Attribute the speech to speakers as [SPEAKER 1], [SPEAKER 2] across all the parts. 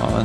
[SPEAKER 1] Ja,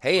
[SPEAKER 2] Hey,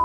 [SPEAKER 2] a-"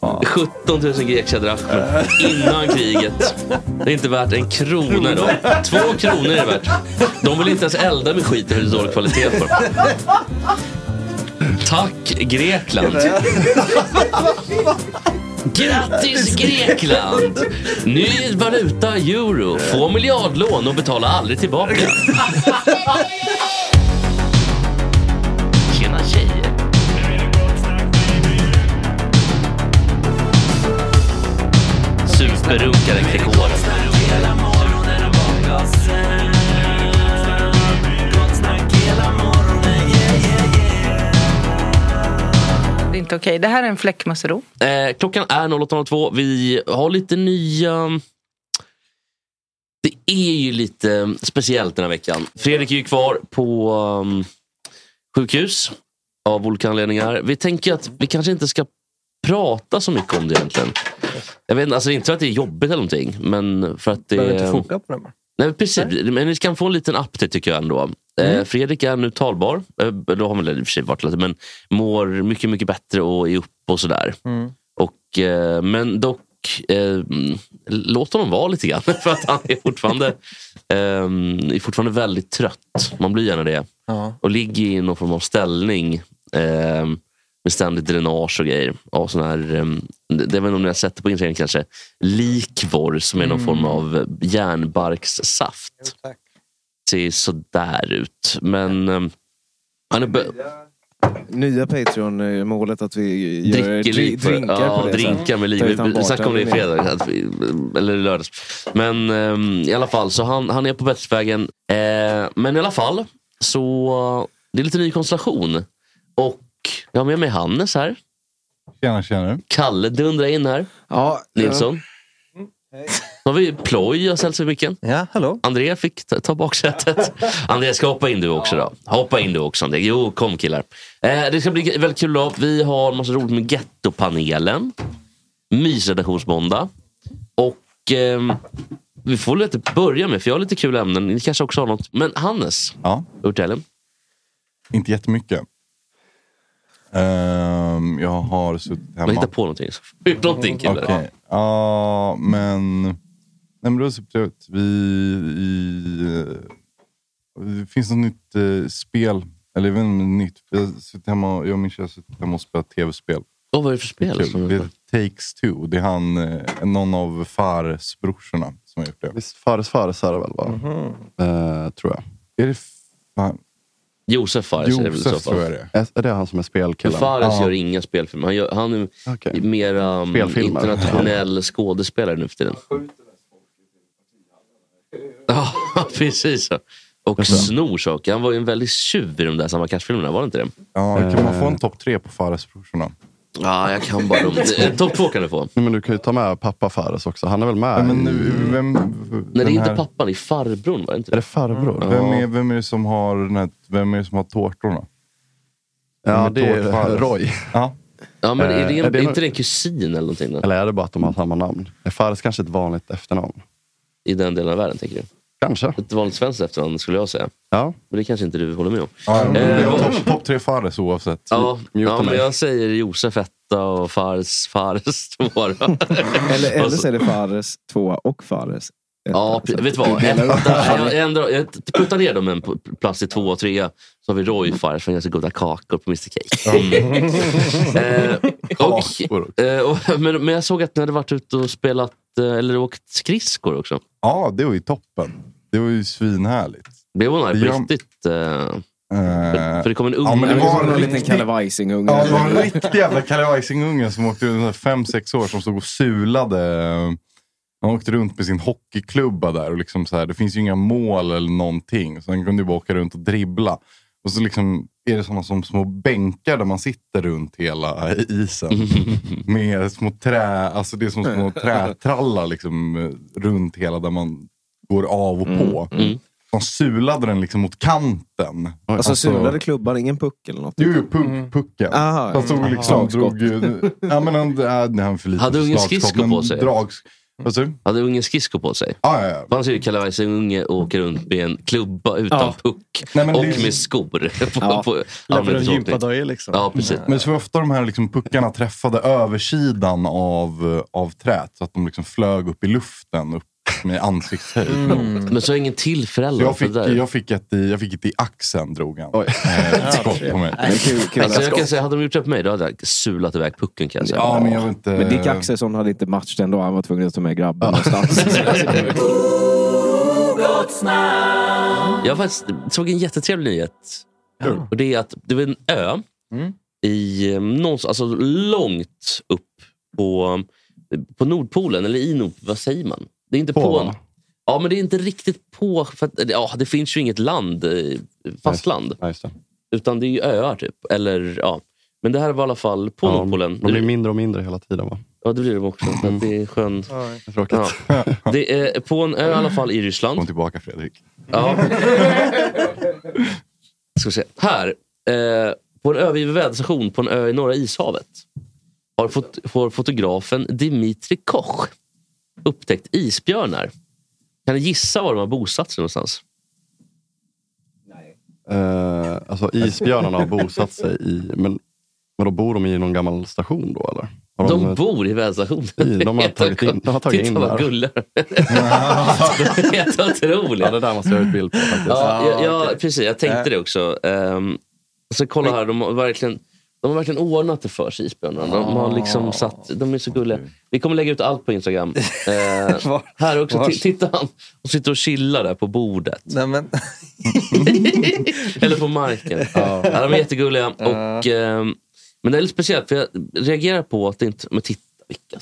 [SPEAKER 1] Ja.
[SPEAKER 3] 17 000 grekiska drachmer innan kriget. Det är inte värt en krona idag. Två kronor är det värt. De vill inte ens elda med skiten för det är dålig kvalitet på dem. Tack Grekland. Grattis Grekland! Ny valuta euro. Få miljardlån och betala aldrig tillbaka. Tjena tjejer. Superrunkaren Gregoren.
[SPEAKER 4] Det är inte okej. Det här är en fläckmussero.
[SPEAKER 3] Eh, klockan är 08.02. Vi har lite nya... Det är ju lite speciellt den här veckan. Fredrik är ju kvar på um, sjukhus av olika anledningar. Vi tänker att vi kanske inte ska prata så mycket om det egentligen. Jag vet inte, alltså inte för att det är jobbigt eller någonting. Men för att det...
[SPEAKER 5] Behöver inte foka på det bara.
[SPEAKER 3] Nej, men precis. Men ni kan få en liten update tycker jag ändå.
[SPEAKER 5] Mm.
[SPEAKER 3] Eh, Fredrik är nu talbar. Eh, då har man väl i och för sig varit lite, men mår mycket, mycket bättre och är upp och sådär. Och, eh, men dock, eh, låt honom vara lite grann. För att han är fortfarande, eh, är fortfarande väldigt trött. Man blir gärna det.
[SPEAKER 5] Ja.
[SPEAKER 3] Och ligger i någon form av ställning. Eh, med ständigt dränage och grejer. Och sån här, eh, det det var nog ni har sett det på Instagram kanske. Likvor som är någon form av järnbarkssaft.
[SPEAKER 5] Mm. tack.
[SPEAKER 3] Ser sådär ut. Men eh, han är bö-
[SPEAKER 5] Nya Patreon-målet att vi gör
[SPEAKER 3] dricker
[SPEAKER 5] dri-
[SPEAKER 3] liv.
[SPEAKER 5] drinkar
[SPEAKER 3] ja,
[SPEAKER 5] på det sen.
[SPEAKER 3] drinkar med liv.
[SPEAKER 5] Tar utan
[SPEAKER 3] Vi snackade om det i
[SPEAKER 5] bartender.
[SPEAKER 3] fredags. Att vi, eller i lördags. Men ehm, i alla fall, så han, han är på bättringsvägen. Eh, men i alla fall, så det är lite ny konstellation. Och jag har med mig Hannes här.
[SPEAKER 6] Tjena, tjena.
[SPEAKER 3] Kalle dundrar in här.
[SPEAKER 5] Ja, Mm,
[SPEAKER 3] Nilsson. Då har vi Ploj och ställt i micken.
[SPEAKER 5] Ja, hallå.
[SPEAKER 3] André fick ta, ta baksätet. André, ska hoppa in du också då? Hoppa in du också André. Jo, kom killar. Eh, det ska bli väldigt kul då. Vi har en massa roligt med Gettopanelen. Mysredaktionsmåndag. Och ehm, vi får väl inte börja med, för jag har lite kul ämnen. Ni kanske också har något. Men Hannes,
[SPEAKER 6] Ja,
[SPEAKER 3] urtällen.
[SPEAKER 6] inte jättemycket. Ehm, jag har suttit
[SPEAKER 3] Man
[SPEAKER 6] hemma.
[SPEAKER 3] hittar på någonting. Ut någonting killar.
[SPEAKER 6] Okej. Ja, men... Nej, men det var supertrevligt. Vi... I, eh, det finns något nytt eh, spel. Eller även nytt. Jag, har suttit hemma och, jag och min tjej har suttit hemma och spelat tv-spel.
[SPEAKER 3] Åh, vad är det för spel?
[SPEAKER 6] Kul.
[SPEAKER 3] som-
[SPEAKER 6] Det är Takes Two. Det är han, eh, någon av farsbrorsorna som har gjort det. Mhm.
[SPEAKER 7] Visst, fares fares är det väl? Va? Eh, tror jag.
[SPEAKER 6] Är det fan,
[SPEAKER 3] Josef Fares är det väl i så
[SPEAKER 6] Josef
[SPEAKER 3] fall.
[SPEAKER 6] tror jag det är.
[SPEAKER 7] Är, är det han som är spelkillen?
[SPEAKER 3] Fares
[SPEAKER 6] Ja.
[SPEAKER 3] gör inga spelfilmer. Han, gör, han är
[SPEAKER 7] Okej.
[SPEAKER 3] mer um,
[SPEAKER 7] Spelfilmer.
[SPEAKER 3] internationell skådespelare nu för tiden. Ja, precis. så. Och snor saker. Han var ju en väldigt tjuv i de där Samma Cash-filmerna, var det inte det?
[SPEAKER 6] Ja, kan
[SPEAKER 7] Eh.
[SPEAKER 6] man få en topp tre på faresbrorsorna?
[SPEAKER 3] Ja, jag kan bara dem. Eh, Topp två kan du få.
[SPEAKER 7] Nej, men du kan ju ta med pappa Fares också. Han är väl med?
[SPEAKER 6] Ja, men,
[SPEAKER 7] i-
[SPEAKER 6] nu- vem,
[SPEAKER 3] Nej, det är
[SPEAKER 6] den
[SPEAKER 3] inte
[SPEAKER 6] här-
[SPEAKER 3] pappan, det är farbrorn. Var det inte
[SPEAKER 7] Är
[SPEAKER 3] det?
[SPEAKER 7] det farbror?
[SPEAKER 6] Vem är, vem är det som har, den här, vem är det som har tårtorna?
[SPEAKER 7] Ja,
[SPEAKER 6] med
[SPEAKER 7] det
[SPEAKER 6] Tord
[SPEAKER 7] är
[SPEAKER 6] Fares?
[SPEAKER 7] Roy.
[SPEAKER 6] Ja.
[SPEAKER 3] Ja, men är, det en,
[SPEAKER 7] Eh, är det
[SPEAKER 3] är
[SPEAKER 7] nå-
[SPEAKER 3] inte det en kusin eller någonting? Då?
[SPEAKER 7] Eller är det bara att de har samma namn? Är Fares kanske ett vanligt efternamn?
[SPEAKER 3] I den delen av världen, tänker du?
[SPEAKER 7] Kanske.
[SPEAKER 3] Ett vanligt svenskt efternamn skulle jag säga.
[SPEAKER 7] Ja.
[SPEAKER 3] Men det kanske inte du håller med om.
[SPEAKER 6] Ja, men det
[SPEAKER 3] Eh,
[SPEAKER 6] är topp- Topp tre Fares oavsett.
[SPEAKER 3] Ja,
[SPEAKER 7] Muta
[SPEAKER 3] ja men
[SPEAKER 7] mig.
[SPEAKER 3] jag säger Josef etta och Fares, Fares två.
[SPEAKER 5] Eller, eller
[SPEAKER 3] Alltså-
[SPEAKER 5] så är det Fares två och Fares ett.
[SPEAKER 3] Ja,
[SPEAKER 5] Så
[SPEAKER 3] pre-
[SPEAKER 5] att
[SPEAKER 3] vet du
[SPEAKER 5] vi
[SPEAKER 3] vad?
[SPEAKER 5] delar upp
[SPEAKER 3] Etta,
[SPEAKER 5] det.
[SPEAKER 3] jag, jag, ändrar, jag puttar ner dem en p- plats i två och trea. Så har vi Roy Fares som gör så goda kakor på Mr Cake. eh,
[SPEAKER 6] Kakor.
[SPEAKER 3] och, eh, och, men, men jag såg att ni hade varit ute och spelat, eh, eller åkt skridskor också.
[SPEAKER 6] Ja, det var ju toppen. Det var ju svinhärligt.
[SPEAKER 3] Det var nice på
[SPEAKER 6] Ja.
[SPEAKER 3] riktigt. Eh,
[SPEAKER 6] Eh,
[SPEAKER 3] för, för det kom en unge.
[SPEAKER 6] ja, men det var-
[SPEAKER 5] Det var en liten
[SPEAKER 6] riktigt-
[SPEAKER 5] Kalle Weising-unge.
[SPEAKER 6] Ja, det var en riktig jävla kalajsingunge som åkte runt, 5-6 år, som stod och sulade. eh, Han åkte runt med sin hockeyklubba där. Och liksom så här, det finns ju inga mål eller någonting. Så han kunde ju bara åka runt och dribbla. Och så liksom är det såna som små bänkar där man sitter runt hela isen. Med små trä, alltså det är som små trätrallar liksom, eh, runt hela där man går av och på.
[SPEAKER 3] Mm,
[SPEAKER 6] Han sulade den liksom mot kanten.
[SPEAKER 5] Alltså sulade klubban, ingen puck eller något?
[SPEAKER 6] Jo, jo, puck, pucken.
[SPEAKER 5] Aha,
[SPEAKER 6] han stod
[SPEAKER 5] mm.
[SPEAKER 6] liksom och
[SPEAKER 5] Slagskott.
[SPEAKER 6] drog... ju- Ja, men han, äh, nej, han är för liten
[SPEAKER 3] Hade
[SPEAKER 6] för
[SPEAKER 3] ungen
[SPEAKER 6] slagskott,
[SPEAKER 3] skridskor
[SPEAKER 6] men
[SPEAKER 3] på sig?
[SPEAKER 6] Drags...
[SPEAKER 7] Mm.
[SPEAKER 6] Vad sa du?
[SPEAKER 3] Hade ungen skridskor på sig?
[SPEAKER 6] Ja, ja, ja.
[SPEAKER 3] Man ser ju Kalle Weise-unge åka runt med en klubba utan
[SPEAKER 5] Ja.
[SPEAKER 3] puck
[SPEAKER 6] Nej, men
[SPEAKER 3] och
[SPEAKER 6] det är-
[SPEAKER 3] med skor. På,
[SPEAKER 5] Ja.
[SPEAKER 3] på allmänhetens åkning.
[SPEAKER 5] liksom.
[SPEAKER 3] Ja, precis.
[SPEAKER 6] Men så ofta de här liksom puckarna träffade översidan av, eh, av träet så att de liksom flög upp i luften, upp med ansiktshöjd.
[SPEAKER 7] Mm.
[SPEAKER 3] Mm. Men så har ingen till förälder.
[SPEAKER 6] Jag, fick,
[SPEAKER 3] för det där.
[SPEAKER 6] jag, fick ett i, jag fick ett i axeln, drog han.
[SPEAKER 7] Oj.
[SPEAKER 6] Eh, Ett skott på mig.
[SPEAKER 5] Kul, kul.
[SPEAKER 3] Alltså jag kan säga, hade de gjort det på mig, då hade jag sulat iväg pucken kan jag säga.
[SPEAKER 6] Ja, men jag vet inte...
[SPEAKER 5] Men Dick Axelsson hade inte match den dagen. Han var tvungen att ta med grabben någonstans.
[SPEAKER 3] Jag faktiskt såg en jättetrevlig nyhet. Och det är att det var en ö i eh, någonstans, alltså långt upp på, på Nordpolen, eller i Nord, vad säger man? Det är inte på,
[SPEAKER 7] På.
[SPEAKER 3] Ja, men det är inte riktigt på, för att, ja, det finns ju inget land, eh, fastland.
[SPEAKER 7] Ja, just det.
[SPEAKER 3] Utan det är ju öar typ. Eller, ja. Men det här var i alla fall Polen-Polen.
[SPEAKER 7] De blir mindre och mindre hela tiden va?
[SPEAKER 3] Ja, det blir de också. Så att det är skön...
[SPEAKER 7] Tråkigt.
[SPEAKER 3] Ja. Det är på en ö i alla fall i Ryssland. Kom
[SPEAKER 6] tillbaka Fredrik.
[SPEAKER 3] Ja. Ska vi se. Här. Eh, på en övergiven väderstation på en ö i Norra ishavet har, fot har fotografen Dmitri Koch upptäckt isbjörnar. Kan ni gissa var de har bosatt sig någonstans?
[SPEAKER 7] Eh, alltså isbjörnarna har bosatt sig i... Men, men då bor de i någon gammal station då eller? Har
[SPEAKER 3] De bor i väderstationen.
[SPEAKER 7] I- de har tagit in- de har tagit
[SPEAKER 3] Titta
[SPEAKER 7] in
[SPEAKER 3] vad
[SPEAKER 7] där.
[SPEAKER 3] gulliga de är. Det är Helt otroligt. Ja,
[SPEAKER 7] det där måste jag ha bild på faktiskt. Äh.
[SPEAKER 3] Ja, jag, jag, precis, jag tänkte det också. Um, så kolla här, de har, verkligen, de har verkligen ordnat det för sig, isbjörnarna. De
[SPEAKER 7] Ah,
[SPEAKER 3] har liksom satt... De är så gulliga. Vi kommer lägga ut allt på Instagram. Eh, här också.
[SPEAKER 4] vars-
[SPEAKER 3] T- Titta, han och sitter och chillar där på bordet.
[SPEAKER 4] Nej, men...
[SPEAKER 3] Eller på marken. Ja. de är jättegulliga. Och, ehm, men det är lite speciellt, för jag reagerar på att det inte... Men titta vilka
[SPEAKER 7] Oj,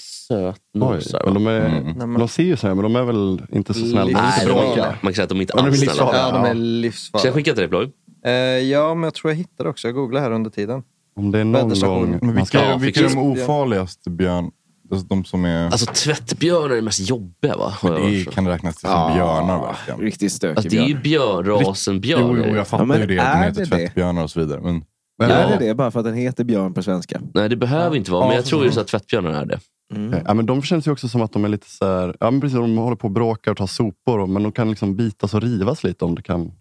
[SPEAKER 3] sötnosar.
[SPEAKER 7] men de, är,
[SPEAKER 3] Mm.
[SPEAKER 7] de ser ju så här, men de är väl inte så snälla?
[SPEAKER 3] Nej,
[SPEAKER 7] Inte
[SPEAKER 3] de är-
[SPEAKER 7] bråkiga.
[SPEAKER 3] man kan säga att de inte
[SPEAKER 7] Ja, de är
[SPEAKER 3] alls är
[SPEAKER 7] livsfarliga.
[SPEAKER 3] snälla.
[SPEAKER 4] Ja, de
[SPEAKER 7] Ja.
[SPEAKER 4] är livsfarliga.
[SPEAKER 3] Ska jag skicka till dig Ploy?
[SPEAKER 4] Eh, ja, men jag tror jag hittade också. Jag googlar här under tiden.
[SPEAKER 7] Om det är någon
[SPEAKER 4] Väderstation.
[SPEAKER 7] gång...
[SPEAKER 6] Men
[SPEAKER 7] man
[SPEAKER 6] vilka,
[SPEAKER 7] ska-
[SPEAKER 6] är- vilka är de ofarligaste björn? Alltså de som är...
[SPEAKER 3] Alltså tvättbjörnar är det mest jobbiga va?
[SPEAKER 6] Men det är- kan räknas till som björnar verkligen.
[SPEAKER 5] Ah, Riktigt stökig
[SPEAKER 3] Alltså, det är ju björnrasen björn.
[SPEAKER 6] Jo, jo, jag fattar
[SPEAKER 5] Ja, men
[SPEAKER 6] ju det. att
[SPEAKER 5] är
[SPEAKER 6] De
[SPEAKER 5] det
[SPEAKER 6] heter
[SPEAKER 5] det?
[SPEAKER 6] tvättbjörnar och så vidare. Men...
[SPEAKER 5] Men
[SPEAKER 6] Ja.
[SPEAKER 5] är det det bara för att den heter björn på svenska?
[SPEAKER 3] Nej, det behöver inte vara. Men
[SPEAKER 5] Ja,
[SPEAKER 3] jag tror ju så att tvättbjörnar är det.
[SPEAKER 7] Okej. Ja, men de känns ju också som att de är lite så här, ja, men precis, de håller på och bråkar och tar sopor, och- men de kan liksom bitas och rivas lite om det kan.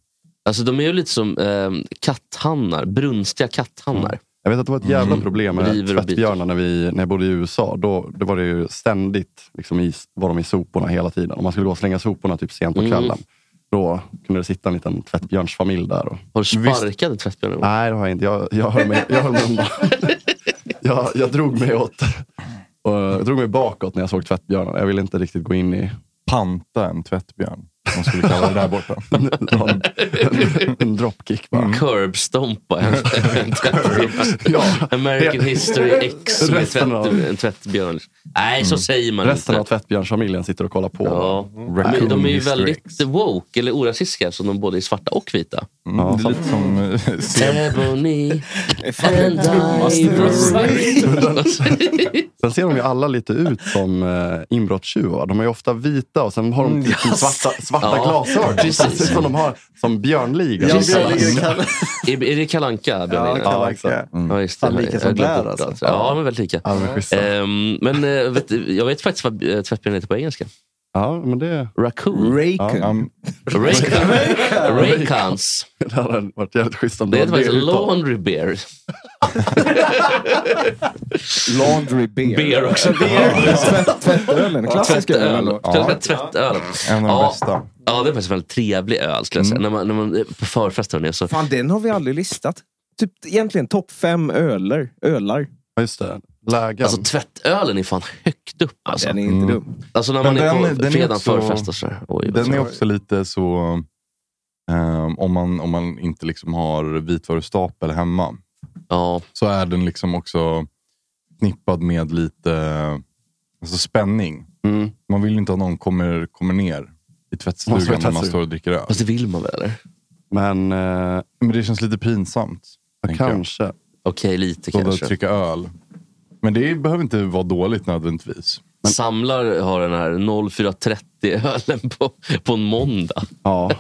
[SPEAKER 3] Alltså de är ju lite som ehm, katthannar. Brunstiga katthannar.
[SPEAKER 7] Jag vet att det var ett jävla
[SPEAKER 3] Mm.
[SPEAKER 7] problem med
[SPEAKER 3] River och biter.
[SPEAKER 7] tvättbjörnar när, vi, när jag bodde i USA. Då, då var det ju ständigt liksom i, var de i soporna hela tiden. Om man skulle gå och slänga soporna typ sent på
[SPEAKER 3] Mm.
[SPEAKER 7] kvällen, då kunde det sitta en liten tvättbjörnsfamilj där. Och...
[SPEAKER 3] Har du sparkat en tvättbjörn någon gång?
[SPEAKER 7] Nej, det har jag inte. Jag, jag höll mig, jag höll mig undan. jag, jag drog mig åt. Och jag drog mig bakåt när jag såg tvättbjörnarna. Jag ville inte riktigt gå in i...
[SPEAKER 6] Panta en tvättbjörn. Man skulle kalla det där borta. Mm.
[SPEAKER 7] en, en dropkick bara.
[SPEAKER 3] Curb-stompa en, en tvättbjörn.
[SPEAKER 7] Ja.
[SPEAKER 3] American
[SPEAKER 7] Det-
[SPEAKER 3] History X med
[SPEAKER 7] Resten
[SPEAKER 3] tvätt,
[SPEAKER 7] av-
[SPEAKER 3] en tvättbjörn. Nej, så
[SPEAKER 7] Mm.
[SPEAKER 3] säger man
[SPEAKER 7] Resten
[SPEAKER 3] inte.
[SPEAKER 7] av tvättbjörnsfamiljen sitter och kollar på.
[SPEAKER 3] Ja. Men de är ju väldigt woke, eller orasistiska, som de både är svarta och vita.
[SPEAKER 7] Mm. Ja, det är lite
[SPEAKER 6] som...
[SPEAKER 3] eh, Ebony and Ivory.
[SPEAKER 7] Sen ser de ju alla lite ut som eh, inbrottstjuvar. De är ju ofta vita och sen har de
[SPEAKER 4] Mm,
[SPEAKER 7] liksom
[SPEAKER 4] ja.
[SPEAKER 7] svarta, svarta
[SPEAKER 3] Ja,
[SPEAKER 7] glasögon.
[SPEAKER 3] precis.
[SPEAKER 7] Det ser ut som de har som björnligan.
[SPEAKER 4] Ja, Björnligan kallar-
[SPEAKER 3] Är, är det Kalanka?
[SPEAKER 4] Ja, Kalle Anka.
[SPEAKER 3] Ja, just det.
[SPEAKER 4] Fan, lika
[SPEAKER 3] Jag
[SPEAKER 4] som
[SPEAKER 3] har glömt
[SPEAKER 4] Blair,
[SPEAKER 3] bort
[SPEAKER 4] alltså.
[SPEAKER 3] allt. Ja, de är väldigt lika.
[SPEAKER 7] Ja, de är schyssta.
[SPEAKER 3] Ehm, men eh, vet, jag vet faktiskt vad eh, tvättbjörn heter på engelska.
[SPEAKER 7] Ja, men det...
[SPEAKER 3] Raccoon.
[SPEAKER 6] Raycon.
[SPEAKER 3] Raycon. Raycons.
[SPEAKER 7] Det hade varit jävligt schysst om
[SPEAKER 3] Det
[SPEAKER 7] var
[SPEAKER 3] heter faktiskt
[SPEAKER 7] uttal.
[SPEAKER 3] laundry bear.
[SPEAKER 5] Laundry beer.
[SPEAKER 3] Beer också.
[SPEAKER 5] Tvätt- Tvättölen, klassisk öl.
[SPEAKER 3] Tvättöl. Ja. Tvättöl.
[SPEAKER 6] Mm. En av de
[SPEAKER 3] Ja.
[SPEAKER 6] bästa.
[SPEAKER 3] Ja, det är faktiskt en väldigt trevlig öl skulle jag säga.
[SPEAKER 5] Mm.
[SPEAKER 3] När man, när man, på förfesten hörni, så...
[SPEAKER 5] Fan, den har vi aldrig listat. Typ egentligen topp fem öler, ölar.
[SPEAKER 7] Ja, just det. Lägen.
[SPEAKER 3] Alltså tvättölen är fan högt upp. Alltså.
[SPEAKER 5] den är inte
[SPEAKER 6] Mm.
[SPEAKER 5] dum.
[SPEAKER 3] Alltså när man
[SPEAKER 6] Men
[SPEAKER 3] är
[SPEAKER 6] den-
[SPEAKER 3] på
[SPEAKER 6] den är
[SPEAKER 3] fredagen
[SPEAKER 6] också-
[SPEAKER 3] förfest och sådär. Oj, vad
[SPEAKER 6] Den är
[SPEAKER 3] trevligt.
[SPEAKER 6] också lite så... ehm, om, man, om man inte liksom har vitvarustapel hemma
[SPEAKER 3] ja.
[SPEAKER 6] så är den liksom också knippad med lite alltså spänning.
[SPEAKER 7] Mm.
[SPEAKER 6] Man vill ju inte att någon kommer, kommer ner i
[SPEAKER 7] Man står i
[SPEAKER 6] tvättstugan när man
[SPEAKER 7] tvättstugan.
[SPEAKER 6] står och dricker öl.
[SPEAKER 3] Fast det vill man väl eller?
[SPEAKER 7] Men, eh,
[SPEAKER 6] Men det känns lite pinsamt. tänker jag.
[SPEAKER 7] kanske.
[SPEAKER 3] Okej, lite
[SPEAKER 6] Stå där och
[SPEAKER 3] kanske.
[SPEAKER 6] trycka öl. Men det behöver inte vara dåligt nödvändigtvis.
[SPEAKER 3] Samlar har den här 04.30-ölen på, på en måndag.
[SPEAKER 7] Ja.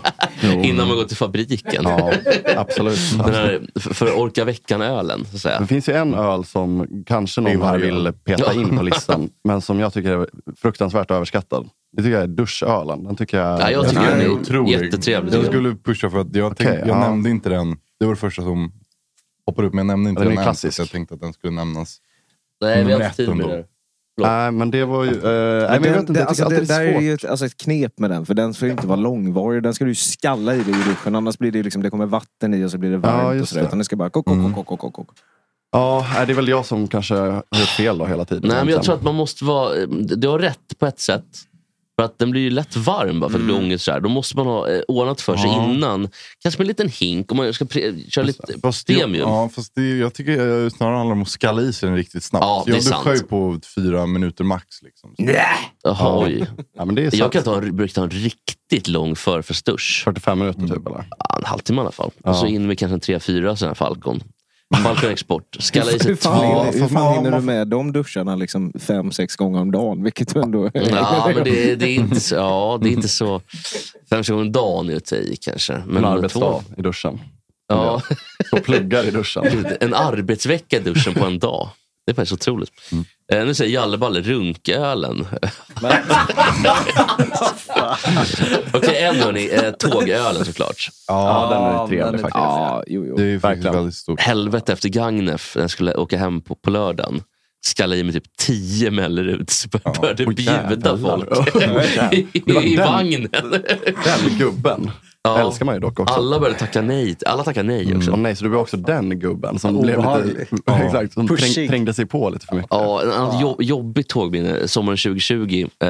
[SPEAKER 3] Innan man går till fabriken.
[SPEAKER 7] Ja, absolut.
[SPEAKER 3] Den här, för- för orka veckan-ölen, så att säga.
[SPEAKER 7] Det finns ju en öl som kanske
[SPEAKER 6] Det är
[SPEAKER 7] någon här
[SPEAKER 6] varje öl.
[SPEAKER 7] vill
[SPEAKER 3] Ja.
[SPEAKER 7] peta in på listan, men som jag tycker är fruktansvärt överskattad. Det tycker jag är duschölen. Den tycker jag,
[SPEAKER 3] Ja, jag tycker
[SPEAKER 6] Den
[SPEAKER 3] den
[SPEAKER 6] är
[SPEAKER 3] är
[SPEAKER 6] otrolig.
[SPEAKER 3] jättetrevlig.
[SPEAKER 6] Jag skulle pusha för att jag, tänkte, jag
[SPEAKER 7] ja.
[SPEAKER 6] nämnde inte den. Det var det första som hoppade upp, men jag nämnde inte
[SPEAKER 7] Den är
[SPEAKER 6] den,
[SPEAKER 7] ju
[SPEAKER 6] än,
[SPEAKER 7] klassisk.
[SPEAKER 6] så Jag tänkte att den skulle nämnas.
[SPEAKER 3] Nej, vi har
[SPEAKER 6] Nummer
[SPEAKER 3] inte tid
[SPEAKER 6] ett
[SPEAKER 3] med
[SPEAKER 6] ändå.
[SPEAKER 3] det.
[SPEAKER 7] Nej, men det var ju... eh, nej,
[SPEAKER 5] Men
[SPEAKER 7] men jag
[SPEAKER 5] den-
[SPEAKER 7] vet inte,
[SPEAKER 5] den-
[SPEAKER 7] jag tycker
[SPEAKER 5] alltså,
[SPEAKER 7] alltid
[SPEAKER 5] det
[SPEAKER 7] det
[SPEAKER 5] där
[SPEAKER 7] är
[SPEAKER 5] är
[SPEAKER 7] svårt.
[SPEAKER 5] ju ett, alltså ett knep med den, för den ska ju inte vara långvarig. Den ska du ju skalla i dig i duschen, annars blir det liksom, det kommer vatten i och så blir det varmt. och
[SPEAKER 7] just
[SPEAKER 5] sådär,
[SPEAKER 7] det. Mm.
[SPEAKER 5] Utan det ska bara kok, kok, kok, kok, kok, kok.
[SPEAKER 7] Ja, nej, det är väl jag som kanske har gjort fel då hela tiden.
[SPEAKER 3] Nej, men jag
[SPEAKER 7] egentligen.
[SPEAKER 3] tror att man måste vara... Du har rätt på ett sätt. För att den blir ju lätt varm bara för att det blir ångest. Så här. Då måste man ha eh, ordnat för sig
[SPEAKER 6] Mm. Ja.
[SPEAKER 3] innan. Kanske med en liten hink om man ska pre- köra lite
[SPEAKER 6] Fast det,
[SPEAKER 3] premium.
[SPEAKER 6] ja, fast det, jag tycker eh, snarare handlar om att skalla i sig den riktigt snabbt.
[SPEAKER 3] Ja, det är
[SPEAKER 6] jag duschar
[SPEAKER 3] sant.
[SPEAKER 6] ju på fyra minuter max. Liksom.
[SPEAKER 3] Jaha, oj.
[SPEAKER 7] Ja, men det är
[SPEAKER 3] Jag
[SPEAKER 7] sant.
[SPEAKER 3] kan ta, brukar ta en riktigt lång förfestdusch.
[SPEAKER 6] Mm.
[SPEAKER 7] 45 minuter typ, eller?
[SPEAKER 3] Ja, En halvtimme i alla fall. Och så in med kanske en 3-4 sån här Falcon. Balkan Export. Skalla i sig
[SPEAKER 5] Hur fan,
[SPEAKER 3] två.
[SPEAKER 5] hinner- hur fan hinner du med de duscharna liksom fem, sex gånger om dagen? Vilket ändå
[SPEAKER 3] Ja, men det, det, är inte så, ja, det är inte så... Fem gånger om dagen är att ta i kanske. Men
[SPEAKER 7] En arbetsdag
[SPEAKER 3] i duschen. Ja. Och pluggar i duschen. En arbetsvecka i duschen på en dag. Det är faktiskt otroligt.
[SPEAKER 5] Mm.
[SPEAKER 3] Eh, nu säger Jalleballe runkölen. Okej, en hörni. Eh, tågölen såklart.
[SPEAKER 6] Ja, den är trevlig den är trevlig. faktiskt. Det är ju faktiskt väldigt stort.
[SPEAKER 3] Helvete efter Gagnef, när jag skulle åka hem på, på lördagen. Skallade i mig typ tio Melleruds. Började
[SPEAKER 7] Åh,
[SPEAKER 3] bjuda
[SPEAKER 7] jävlar.
[SPEAKER 3] folk i,
[SPEAKER 7] Det var
[SPEAKER 3] i
[SPEAKER 7] den-
[SPEAKER 3] vagnen.
[SPEAKER 7] Den gubben älskar man ju dock också. Mm.
[SPEAKER 3] Alla började tacka nej. Alla tackar nej också.
[SPEAKER 7] Ja, nej, så du var också den gubben som blev
[SPEAKER 3] Obehaglig.
[SPEAKER 7] lite,
[SPEAKER 3] Ja.
[SPEAKER 7] exakt, som
[SPEAKER 3] Pushig.
[SPEAKER 7] träng, trängde sig på lite för mycket.
[SPEAKER 3] Ja, en annan jobb, jobbigt tågminne. Sommaren 2020 eh,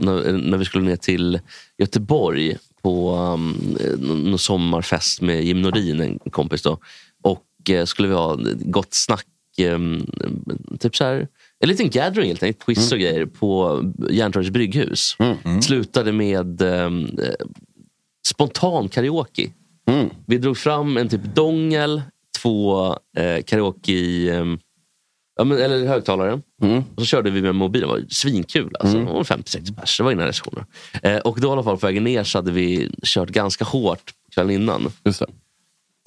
[SPEAKER 3] när, när vi skulle ner till Göteborg på um, eh, någon sommarfest med Jim Nordin, en kompis. Då. Och eh, skulle vi ha gott snack, eh, typ så här, en liten gathering helt enkelt, quiz och grejer på Järntorgets brygghus. Slutade med ehm, eh, spontan karaoke. Vi drog fram en typ dongel, två eh, karaoke... ehm, Ja, men, eller högtalare.
[SPEAKER 5] Mm.
[SPEAKER 3] Och så körde vi med mobilen. Det var svinkul. Alltså. Det var 56 pers. Det var innan restriktioner. Eh, och då i alla fall på vägen ner så hade vi kört ganska hårt kvällen innan. Just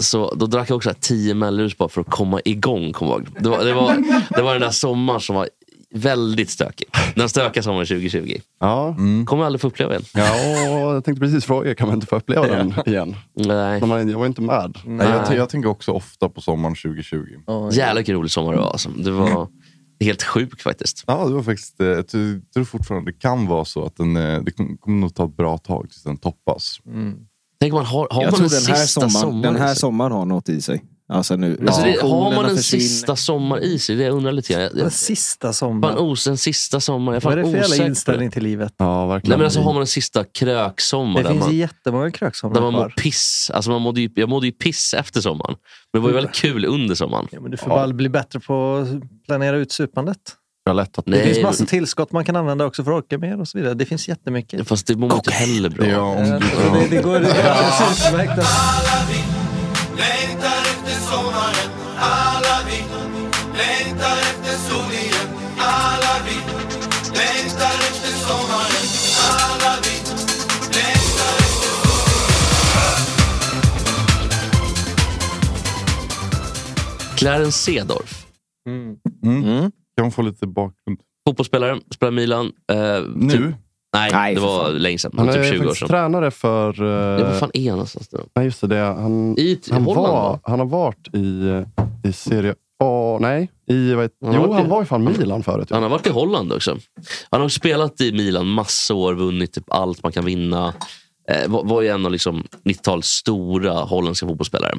[SPEAKER 3] Så då drack jag också så här 10 Mellerus bara för att komma igång. Kom jag ihåg. Det, var, det, var, det var den där sommaren som var väldigt stökig. Den stökiga sommaren 2020.
[SPEAKER 7] Ja.
[SPEAKER 3] Kommer jag aldrig få uppleva igen.
[SPEAKER 7] Ja, jag tänkte precis fråga, kan man inte få uppleva den igen?
[SPEAKER 3] Nej.
[SPEAKER 7] Jag var inte med.
[SPEAKER 6] Nej, jag, jag tänker också ofta på sommaren 2020.
[SPEAKER 3] Jävlar vilken rolig sommar det var. Alltså. Det var
[SPEAKER 5] Mm.
[SPEAKER 3] helt sjukt faktiskt.
[SPEAKER 6] Ja, det var faktiskt... eh, Jag tror jag tror fortfarande det kan vara så att den, eh, det kommer nog ta ett bra tag tills den toppas.
[SPEAKER 3] Tänk om man har, har
[SPEAKER 5] jag
[SPEAKER 3] man
[SPEAKER 5] tror
[SPEAKER 3] en
[SPEAKER 5] den här,
[SPEAKER 3] sista
[SPEAKER 5] sommaren,
[SPEAKER 3] sommaren
[SPEAKER 5] den
[SPEAKER 3] i
[SPEAKER 5] här
[SPEAKER 3] sig?
[SPEAKER 5] sommaren har något i sig. Alltså nu.
[SPEAKER 3] Alltså det, har man
[SPEAKER 5] restriktionerna
[SPEAKER 3] en
[SPEAKER 5] försvinner.
[SPEAKER 3] sista sommar i sig? Det jag undrar lite grann. Jag- jag-
[SPEAKER 8] Den sista
[SPEAKER 3] Fan,
[SPEAKER 8] sommaren.
[SPEAKER 3] os, en sista sommar. Jag
[SPEAKER 8] Vad är det för
[SPEAKER 3] fan
[SPEAKER 8] jävla
[SPEAKER 3] osäker.
[SPEAKER 8] inställning till livet?
[SPEAKER 7] Ja,
[SPEAKER 3] Nej, men alltså, har man en sista kröksommar
[SPEAKER 8] Det
[SPEAKER 3] där
[SPEAKER 8] finns
[SPEAKER 3] man,
[SPEAKER 8] jättemånga
[SPEAKER 3] där man
[SPEAKER 8] kröksommar
[SPEAKER 3] mår
[SPEAKER 8] kvar.
[SPEAKER 3] piss. Alltså, man mådde ju, jag mådde ju piss efter sommaren. Men det var ju väldigt kul under sommaren. Ja,
[SPEAKER 8] men Du får bara bli bättre på att planera ut supandet.
[SPEAKER 3] Nej,
[SPEAKER 8] det finns massa
[SPEAKER 3] men-
[SPEAKER 8] tillskott man kan använda också för att orka mer och så vidare. Det finns jättemycket.
[SPEAKER 3] Fast det mår man inte heller bra
[SPEAKER 8] om- Ja, alltså, det- det går- det går alldeles utmärkt
[SPEAKER 3] Clarence Cedorf.
[SPEAKER 6] Mm. Kan man få lite bakgrund?
[SPEAKER 3] Fotbollsspelare, spelar Milan. Eh,
[SPEAKER 6] Nu?
[SPEAKER 3] Typ, nej,
[SPEAKER 7] Nej,
[SPEAKER 3] det
[SPEAKER 7] för
[SPEAKER 3] var
[SPEAKER 7] fan.
[SPEAKER 3] länge sedan.
[SPEAKER 7] Han
[SPEAKER 3] Det var
[SPEAKER 7] är
[SPEAKER 3] typ 20 år
[SPEAKER 7] faktiskt
[SPEAKER 3] sedan.
[SPEAKER 7] tränare för...
[SPEAKER 3] Ja, vad fan är han någonstans då?
[SPEAKER 7] Nej, just det. det är- han,
[SPEAKER 3] I
[SPEAKER 7] han,
[SPEAKER 3] Holland,
[SPEAKER 7] var,
[SPEAKER 3] va?
[SPEAKER 7] han har varit i, i Serie A. Nej, i... Vad heter,
[SPEAKER 3] Han har
[SPEAKER 7] jo,
[SPEAKER 3] varit i-
[SPEAKER 7] han var ju fan Milan förut.
[SPEAKER 3] Han har varit i Holland också. Han har spelat i Milan massa år, vunnit typ allt man kan vinna. Eh, var, var ju en av liksom 90-talets stora holländska fotbollsspelare.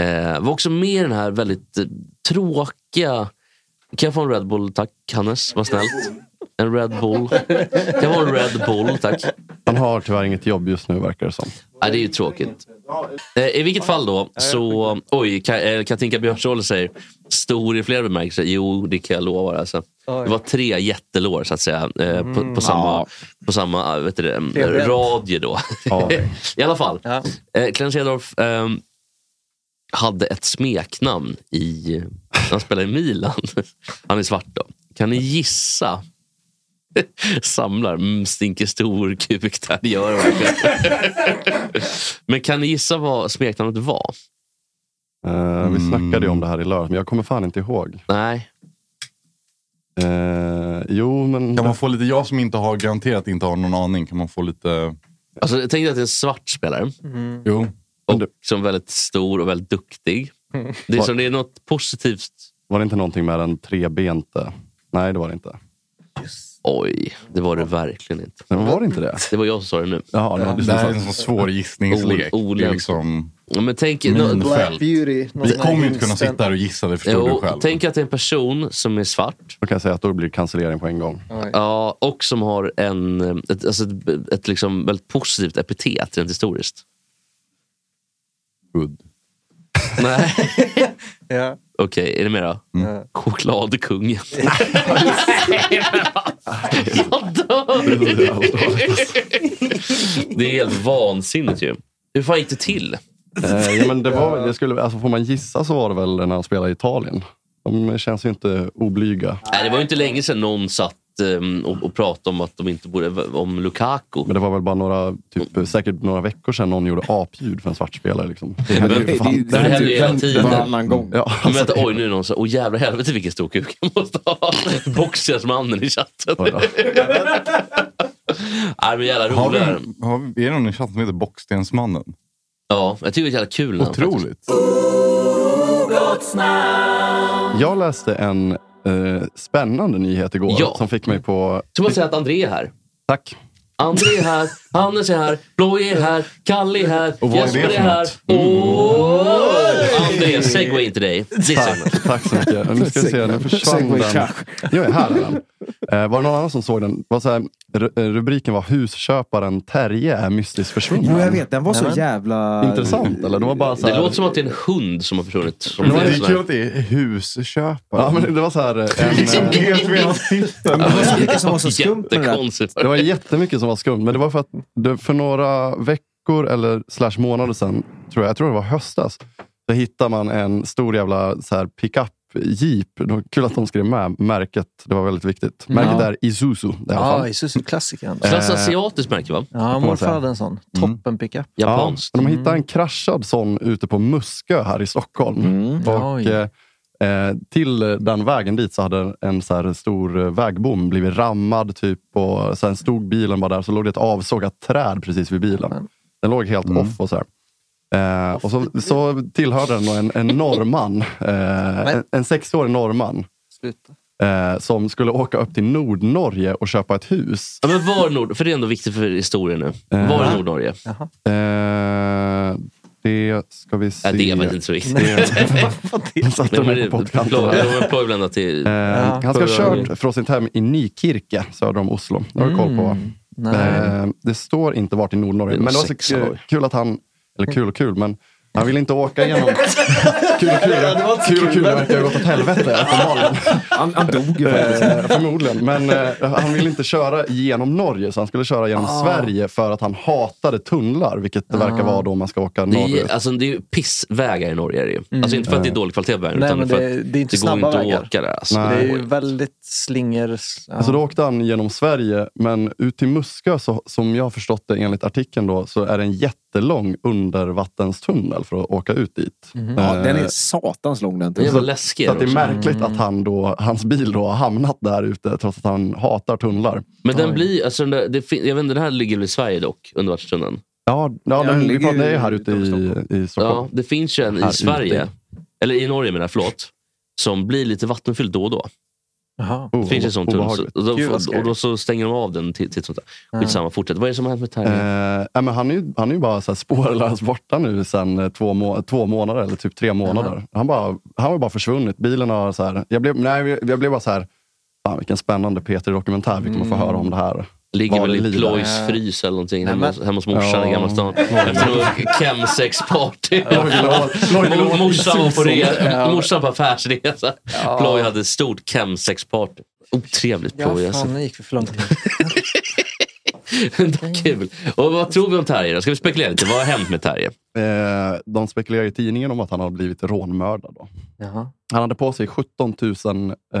[SPEAKER 3] Eh, var också med i den här väldigt eh, tråkiga... Kan jag få en Red Bull tack, Hannes? Vad snällt. En Red Bull. Kan jag få en Red Bull tack?
[SPEAKER 7] Han har tyvärr inget jobb just nu verkar det som.
[SPEAKER 3] Nej, det är ju tråkigt. Eh, I vilket fall då, så... Oj, Ka- eh, Katinka Björnsål säger stor i flera bemärkelser. Jo, det kan jag lova. Alltså. Det var tre jättelår så att säga, eh, på,
[SPEAKER 8] Mm.
[SPEAKER 3] på samma, på samma eh, vet du, det, em,
[SPEAKER 8] Trevligt.
[SPEAKER 3] radie. Då.
[SPEAKER 8] Ja.
[SPEAKER 3] I alla fall, eh, Clarence Hedorf ehm, hade ett smeknamn i, när han spelade i Milan. Han är svart då. Kan ni gissa? Samlar, mm, stinker stor kuk där, det gör det verkligen. Men kan ni gissa vad smeknamnet var?
[SPEAKER 7] Eh, Vi snackade ju om det här i lördags, men jag kommer fan inte ihåg. Eh,
[SPEAKER 3] Nej.
[SPEAKER 7] jo, men...
[SPEAKER 6] Kan man få lite... Jag som inte har garanterat inte har någon aning, kan man få lite...
[SPEAKER 3] Alltså, tänk dig att det är en svart spelare.
[SPEAKER 8] Mm.
[SPEAKER 6] Jo.
[SPEAKER 3] Och som väldigt stor och väldigt duktig. Det är som det är något positivt.
[SPEAKER 7] Var det inte någonting med den trebente? Nej, det var det inte.
[SPEAKER 3] Oj, det var det verkligen inte.
[SPEAKER 7] Men var det inte det?
[SPEAKER 3] Det var jag som sa det nu.
[SPEAKER 7] Jaha, det var du som
[SPEAKER 6] Det här
[SPEAKER 7] sa
[SPEAKER 6] är en sån svår gissningslek.
[SPEAKER 3] O-
[SPEAKER 6] Det är
[SPEAKER 3] olämpligt.
[SPEAKER 6] liksom...
[SPEAKER 3] Ja, men tänk,
[SPEAKER 6] Minfält. Du kommer ju inte kunna sitta här och gissa, det förstår
[SPEAKER 3] Jo,
[SPEAKER 6] du själv.
[SPEAKER 3] Tänk att det är en person som är svart.
[SPEAKER 7] Då kan jag säga att då blir det cancellering på en gång.
[SPEAKER 3] Ja, och som har en, eh, ett, alltså ett, ett liksom väldigt positivt epitet rent historiskt.
[SPEAKER 6] Good.
[SPEAKER 3] Nej.
[SPEAKER 8] Ja.
[SPEAKER 3] Okej, är det med då? Chokladkungen. jag dör! det är helt vansinnigt ju. Hur fan gick det till?
[SPEAKER 7] Eh, ja, men det var, det skulle, alltså, får man gissa så var det väl när han spelade i Italien. De känns ju inte oblyga.
[SPEAKER 3] Nej, det var ju inte länge sedan någon satt ehm, och, och pratade om att de inte borde... Om Lukaku.
[SPEAKER 7] Men det var väl bara några, typ, säkert några veckor sedan någon gjorde apljud för en svart spelare. Liksom.
[SPEAKER 3] Det händer ju
[SPEAKER 7] för fan.
[SPEAKER 3] det händer ju hela tiden.
[SPEAKER 7] Varannan gång.
[SPEAKER 3] Ja,
[SPEAKER 7] Ja,
[SPEAKER 3] men vänta, oj, nu är någon så här, åh jävla helvete vilken stor kuk jag måste ha. Boxersmannen i chatten. Nej, men jävla
[SPEAKER 6] Har vi,
[SPEAKER 3] rolig.
[SPEAKER 6] har vi, är det någon i chatten som heter Bockstensmannen?
[SPEAKER 3] Ja, jag tycker det är jävla kul. namn,
[SPEAKER 6] Otroligt.
[SPEAKER 7] Jag läste en eh, spännande nyhet igår
[SPEAKER 3] Ja.
[SPEAKER 7] som fick mig på...
[SPEAKER 3] Tror man säger att André är här.
[SPEAKER 7] Tack.
[SPEAKER 3] André är här, Hannes är här, Bloj är här, Kalle är här,
[SPEAKER 7] Och vad är det
[SPEAKER 3] Jesper
[SPEAKER 7] för Mm.
[SPEAKER 3] är här. Åh! André, segway till dig. Det är segway.
[SPEAKER 7] Tack, tack så mycket. Nu ska vi se, nu försvann
[SPEAKER 3] Segway
[SPEAKER 7] den.
[SPEAKER 3] krasch.
[SPEAKER 7] Jo, här är den. Eh, var det någon annan som såg den? Det Var så här, ru- eh, rubriken var Husköparen Terje är mystiskt försvunnen.
[SPEAKER 5] Jo, jag vet. Den var så
[SPEAKER 7] Nämen.
[SPEAKER 5] jävla...
[SPEAKER 7] Intressant, eller? Det var bara så
[SPEAKER 3] Det
[SPEAKER 7] här...
[SPEAKER 3] låter som att det är en hund som har försvunnit. Som
[SPEAKER 7] Men det är
[SPEAKER 3] en sån här-
[SPEAKER 7] kul att det är husköpare. Ja, men det var så här... eh, En,
[SPEAKER 3] Liksom helt vid hans
[SPEAKER 6] titeln.
[SPEAKER 3] Det var så mycket som var så skumt med det där. Jättekonstigt.
[SPEAKER 7] Det var jättemycket som var skumt. Men det var för att det, för några veckor eller slash månader sedan, tror jag, jag tror det var höstas, så hittar man en stor jävla så här pickup Jeep. Det var Kul att de skrev med märket. Det var väldigt viktigt. Märket
[SPEAKER 8] Ja.
[SPEAKER 7] är Isuzu. i alla
[SPEAKER 8] Ja,
[SPEAKER 7] fall.
[SPEAKER 8] Isuzu-klassikern.
[SPEAKER 7] Klass asiatiskt
[SPEAKER 3] märke, va?
[SPEAKER 8] Ja,
[SPEAKER 7] man
[SPEAKER 8] morfar
[SPEAKER 7] säga.
[SPEAKER 8] hade en sån.
[SPEAKER 5] Mm.
[SPEAKER 8] Toppen pickup.
[SPEAKER 7] Ja, men de hittade en kraschad sån ute på Muskö här i Stockholm. Och,
[SPEAKER 8] Oj.
[SPEAKER 7] eh, eh, till den vägen dit så hade en så här stor eh, vägbom blivit rammad. Typ, och sen stod bilen bara där så låg det ett avsågat träd precis vid bilen. Den låg
[SPEAKER 3] Mm.
[SPEAKER 7] helt off. och så här. Eh, och så, så tillhörde den då en, en norrman. Eh, en, en sexårig norrman. Eh, som skulle åka upp till Nordnorge och köpa ett hus.
[SPEAKER 3] Ja, men var Nord... För det är ändå viktigt för historien nu. Var
[SPEAKER 7] Eh.
[SPEAKER 3] är Nordnorge?
[SPEAKER 7] Eh, det ska vi se.
[SPEAKER 3] Ja, det var inte så viktigt.
[SPEAKER 7] Han satte
[SPEAKER 3] Nej, men
[SPEAKER 7] mig
[SPEAKER 3] det-
[SPEAKER 7] på pottkanten.
[SPEAKER 3] ploj- ja, men ploj blandat till-
[SPEAKER 7] Eh,
[SPEAKER 3] Ja.
[SPEAKER 7] Han ska ha kört från sitt hem i Nykirke, söder om Oslo. Det har du koll på va?
[SPEAKER 8] Mm, nej.
[SPEAKER 7] Eh, det står inte vart i Nordnorge.
[SPEAKER 8] Det var
[SPEAKER 7] Men det var så
[SPEAKER 8] sex
[SPEAKER 7] kul,
[SPEAKER 8] år.
[SPEAKER 7] kul att han... Eller kul och kul, men han ville inte åka igenom... Kul och kul.
[SPEAKER 5] Ja, det var inte
[SPEAKER 7] Kul och
[SPEAKER 5] kul.
[SPEAKER 7] kul. Det verkar ha gått åt helvete. uppenbarligen.
[SPEAKER 5] Han, han dog ju
[SPEAKER 7] Eh,
[SPEAKER 5] faktiskt.
[SPEAKER 7] förmodligen. Men eh, han ville inte köra genom Norge, så han skulle köra genom
[SPEAKER 3] Ah.
[SPEAKER 7] Sverige för att han hatade tunnlar, vilket det verkar
[SPEAKER 3] Ah.
[SPEAKER 7] vara då man ska åka
[SPEAKER 3] Det är, ju-
[SPEAKER 7] norrut.
[SPEAKER 3] alltså, det är ju pissvägar i Norge. Är det ju.
[SPEAKER 7] Mm.
[SPEAKER 3] Alltså, inte för att det är
[SPEAKER 7] Eh.
[SPEAKER 3] dålig kvalitet på vägen,
[SPEAKER 7] Nej,
[SPEAKER 3] utan
[SPEAKER 7] men
[SPEAKER 3] för
[SPEAKER 7] det-
[SPEAKER 3] att
[SPEAKER 7] det är inte
[SPEAKER 3] går
[SPEAKER 7] snabba
[SPEAKER 3] inte att
[SPEAKER 7] vägar.
[SPEAKER 3] åka där. Alltså.
[SPEAKER 7] Nej.
[SPEAKER 8] Det är ju väldigt slinger... Ja.
[SPEAKER 7] Så då åkte han genom Sverige, men ut till Muskö, så, som jag har förstått det enligt artikeln, då, så är det en jättelång undervattenstunnel för att åka ut dit.
[SPEAKER 8] Mhm.
[SPEAKER 5] Ja, den är
[SPEAKER 7] Eh,
[SPEAKER 5] satans lång den.
[SPEAKER 7] så- Så att det är
[SPEAKER 8] Mm.
[SPEAKER 7] märkligt att han då, hans bil då har hamnat där ute, trots att han hatar tunnlar.
[SPEAKER 3] Men den blir... Alltså, den, där, det, fin- jag vet inte, den här ligger väl i Sverige dock, undervattenstunneln?
[SPEAKER 7] Ja, ja,
[SPEAKER 3] den
[SPEAKER 7] den, vi
[SPEAKER 3] ligger
[SPEAKER 7] pratar, det är
[SPEAKER 3] ju
[SPEAKER 7] ju här ute i, i Stockholm.
[SPEAKER 3] Ja, det finns ju en
[SPEAKER 7] Här
[SPEAKER 3] i Sverige,
[SPEAKER 7] ute.
[SPEAKER 3] eller i Norge menar jag, förlåt, som blir lite vattenfylld då och då.
[SPEAKER 7] Oh,
[SPEAKER 3] det finns en sån tunnel. Så, och, då,
[SPEAKER 7] Gud, vad
[SPEAKER 3] och
[SPEAKER 7] scary.
[SPEAKER 3] då så stänger de av den till, till sånt där. Skitsamma, fortsätt. Vad är det som har hänt med Terje?
[SPEAKER 7] Eh, nej, men han, är ju, han är ju bara så här spårlöst borta nu sen eh, två, må- två månader, eller typ tre månader. Han bara, han har bara försvunnit. Bilen har så här, jag, blev, nej, jag blev bara så här, fan vilken spännande Peter dokumentär vi kommer få
[SPEAKER 8] Mm.
[SPEAKER 7] höra om det här.
[SPEAKER 3] Ligger
[SPEAKER 7] Vad
[SPEAKER 3] väl
[SPEAKER 7] det
[SPEAKER 3] i
[SPEAKER 7] lider.
[SPEAKER 3] Ploys frys eller någonting hemma, hos- hemma hos morsan i
[SPEAKER 7] Ja.
[SPEAKER 3] Gamla stan. Efter något chemsex-party. Mor- Morsan var på re- morsan på affärsresa. Ploy hade ett stort chemsex-party. Otrevligt
[SPEAKER 8] Ja,
[SPEAKER 3] Ploy. alltså.
[SPEAKER 8] fan, nu gick vi för långt.
[SPEAKER 3] Kul. Och vad tror vi om Terje då? Ska vi spekulera lite? Vad har hänt med Terje?
[SPEAKER 7] Eh, de spekulerar i tidningen om att han har blivit rånmördad. Då.
[SPEAKER 8] Jaha.
[SPEAKER 7] Han hade på sig 17 000 eh,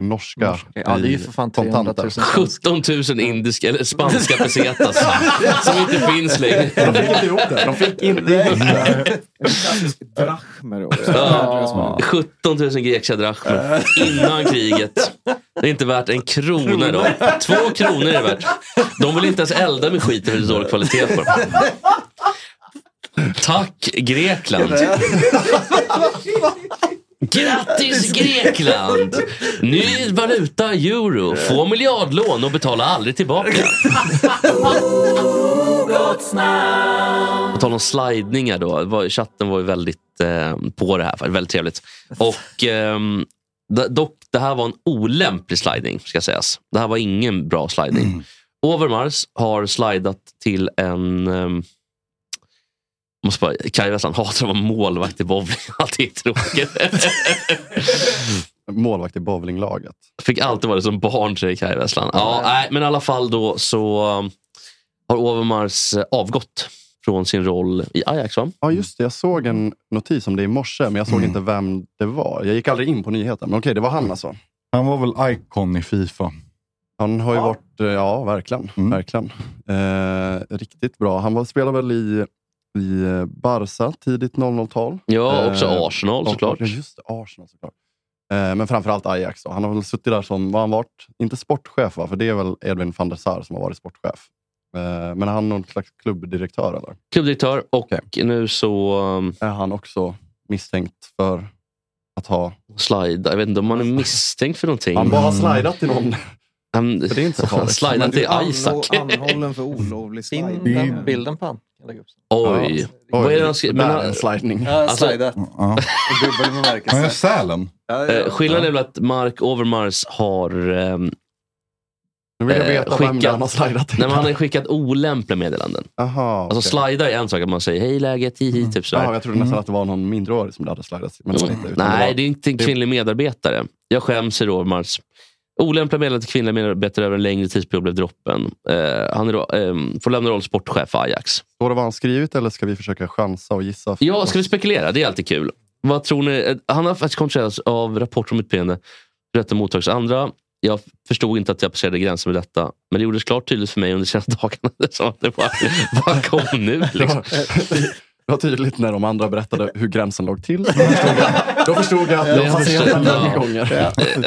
[SPEAKER 7] Norska.
[SPEAKER 8] Ja, det är ju
[SPEAKER 7] i
[SPEAKER 8] för fan
[SPEAKER 7] kontanter.
[SPEAKER 8] 300 000
[SPEAKER 3] 17 000 indiska eller spanska pesetas som inte finns längre.
[SPEAKER 5] De fick inte ihop det. De fick inte ihop det. Drachmer också.
[SPEAKER 3] Ja. 17 000 grekiska drachmer innan kriget. Det är inte värt en krona idag. Två kronor är det värt. De vill inte ens elda med skiten för det är dålig kvalitet på dem. Tack Grekland! Grattis Grekland! Ny valuta euro. Få miljardlån och betala aldrig tillbaka. På tal om slidningar då. det Var, chatten var ju väldigt eh, på det här. faktiskt. Väldigt trevligt. Och ehm, d- Dock, det här var en olämplig sliding, ska sägas. Det här var ingen bra sliding. Overmars har slidat till en... ehm, Måste bara, Kaj Westland hatar att vara målvakt i bowling. Alltid är tråkigt.
[SPEAKER 7] Målvakt i bowlinglaget.
[SPEAKER 3] Fick alltid vara det som barn, säger Kaj Westland. Ja, nej, men i alla fall då så um, har Overmars eh, avgått från sin roll i Ajax. Va?
[SPEAKER 7] Ja, just det.
[SPEAKER 6] Mm.
[SPEAKER 7] Jag såg en notis om det i morse, men jag såg inte vem det var. Jag gick aldrig in på nyheten, men okej, det var han alltså.
[SPEAKER 6] Mm. Han var väl icon i Fifa. Mm.
[SPEAKER 7] Han har ju varit, eh, ja verkligen. verkligen. Eh, riktigt bra. Han var, spelade väl i, i eh, Barca tidigt 00-tal.
[SPEAKER 3] Ja, också Arsenal, såklart.
[SPEAKER 7] Ja, just det, Arsenal såklart. Eh, men framförallt Ajax. Då. Han har väl suttit där som, vad har han varit? Inte sportchef va? För det är väl Edwin van der Sar som har varit sportchef. Eh, men han är någon slags klubbdirektör eller?
[SPEAKER 3] Klubbdirektör och nu så... um,
[SPEAKER 7] Är han också misstänkt för att ha...
[SPEAKER 3] Slide. Jag vet inte om han är misstänkt för någonting.
[SPEAKER 7] Han bara har slidat till någon.
[SPEAKER 3] Han,
[SPEAKER 7] För det är inte så
[SPEAKER 3] han
[SPEAKER 7] farligt.
[SPEAKER 3] slidat till Isaac.
[SPEAKER 4] Anhållen för olovlig
[SPEAKER 7] Det är-
[SPEAKER 4] sliding. Bilden på han. kan lägga upp sen.
[SPEAKER 3] Oj.
[SPEAKER 4] Ja.
[SPEAKER 3] Vad är det han skri- men
[SPEAKER 4] Där,
[SPEAKER 3] han-
[SPEAKER 4] en
[SPEAKER 7] slidning.
[SPEAKER 4] Ja,
[SPEAKER 3] Alltså-
[SPEAKER 4] slidat. I dubbel bemärkelse.
[SPEAKER 6] Han är Sälen.
[SPEAKER 4] Ja, ja.
[SPEAKER 3] Eh, skillnaden är väl att Mark Overmars har... ehm, eh,
[SPEAKER 7] Nu vill jag veta vem det är han har slidat till.
[SPEAKER 3] Nej, men han har skickat olämpliga meddelanden.
[SPEAKER 7] Aha,
[SPEAKER 3] Alltså slida är en sak, att man säger hej läget, hi, hi, typ sådär.
[SPEAKER 7] Ja, jag trodde nästan att det var någon mindreårig som det hade slidats. Men det var det inte, utan
[SPEAKER 3] Mm. Nej,
[SPEAKER 7] det
[SPEAKER 3] det är inte en kvinnlig medarbetare. Jag skäms i Overmars. Olämpliga meddelanden till kvinnliga medarbetare över en längre tidsperiod blev droppen. Eh, han är då, ehm, får lämna roll sportchef för Ajax.
[SPEAKER 7] Står det vad han skrivit eller ska vi försöka chansa och gissa?
[SPEAKER 3] Ja, ska vi spekulera? Det är alltid kul. Vad tror ni? Eh, Han har faktiskt kontrollerats av rapport om mitt beteende. Rätten mottags andra. Jag förstod inte att jag passerade gränsen med detta. Men det gjordes klart tydligt för mig under de senaste dagarna. Det sa att det var, vad kom nu? Liksom.
[SPEAKER 7] Det var tydligt när de andra berättade hur gränsen låg till. Då förstod jag, då förstod jag att jag
[SPEAKER 3] Jag
[SPEAKER 7] har passerat
[SPEAKER 3] förstår.
[SPEAKER 7] den många
[SPEAKER 3] Ja.
[SPEAKER 7] gånger.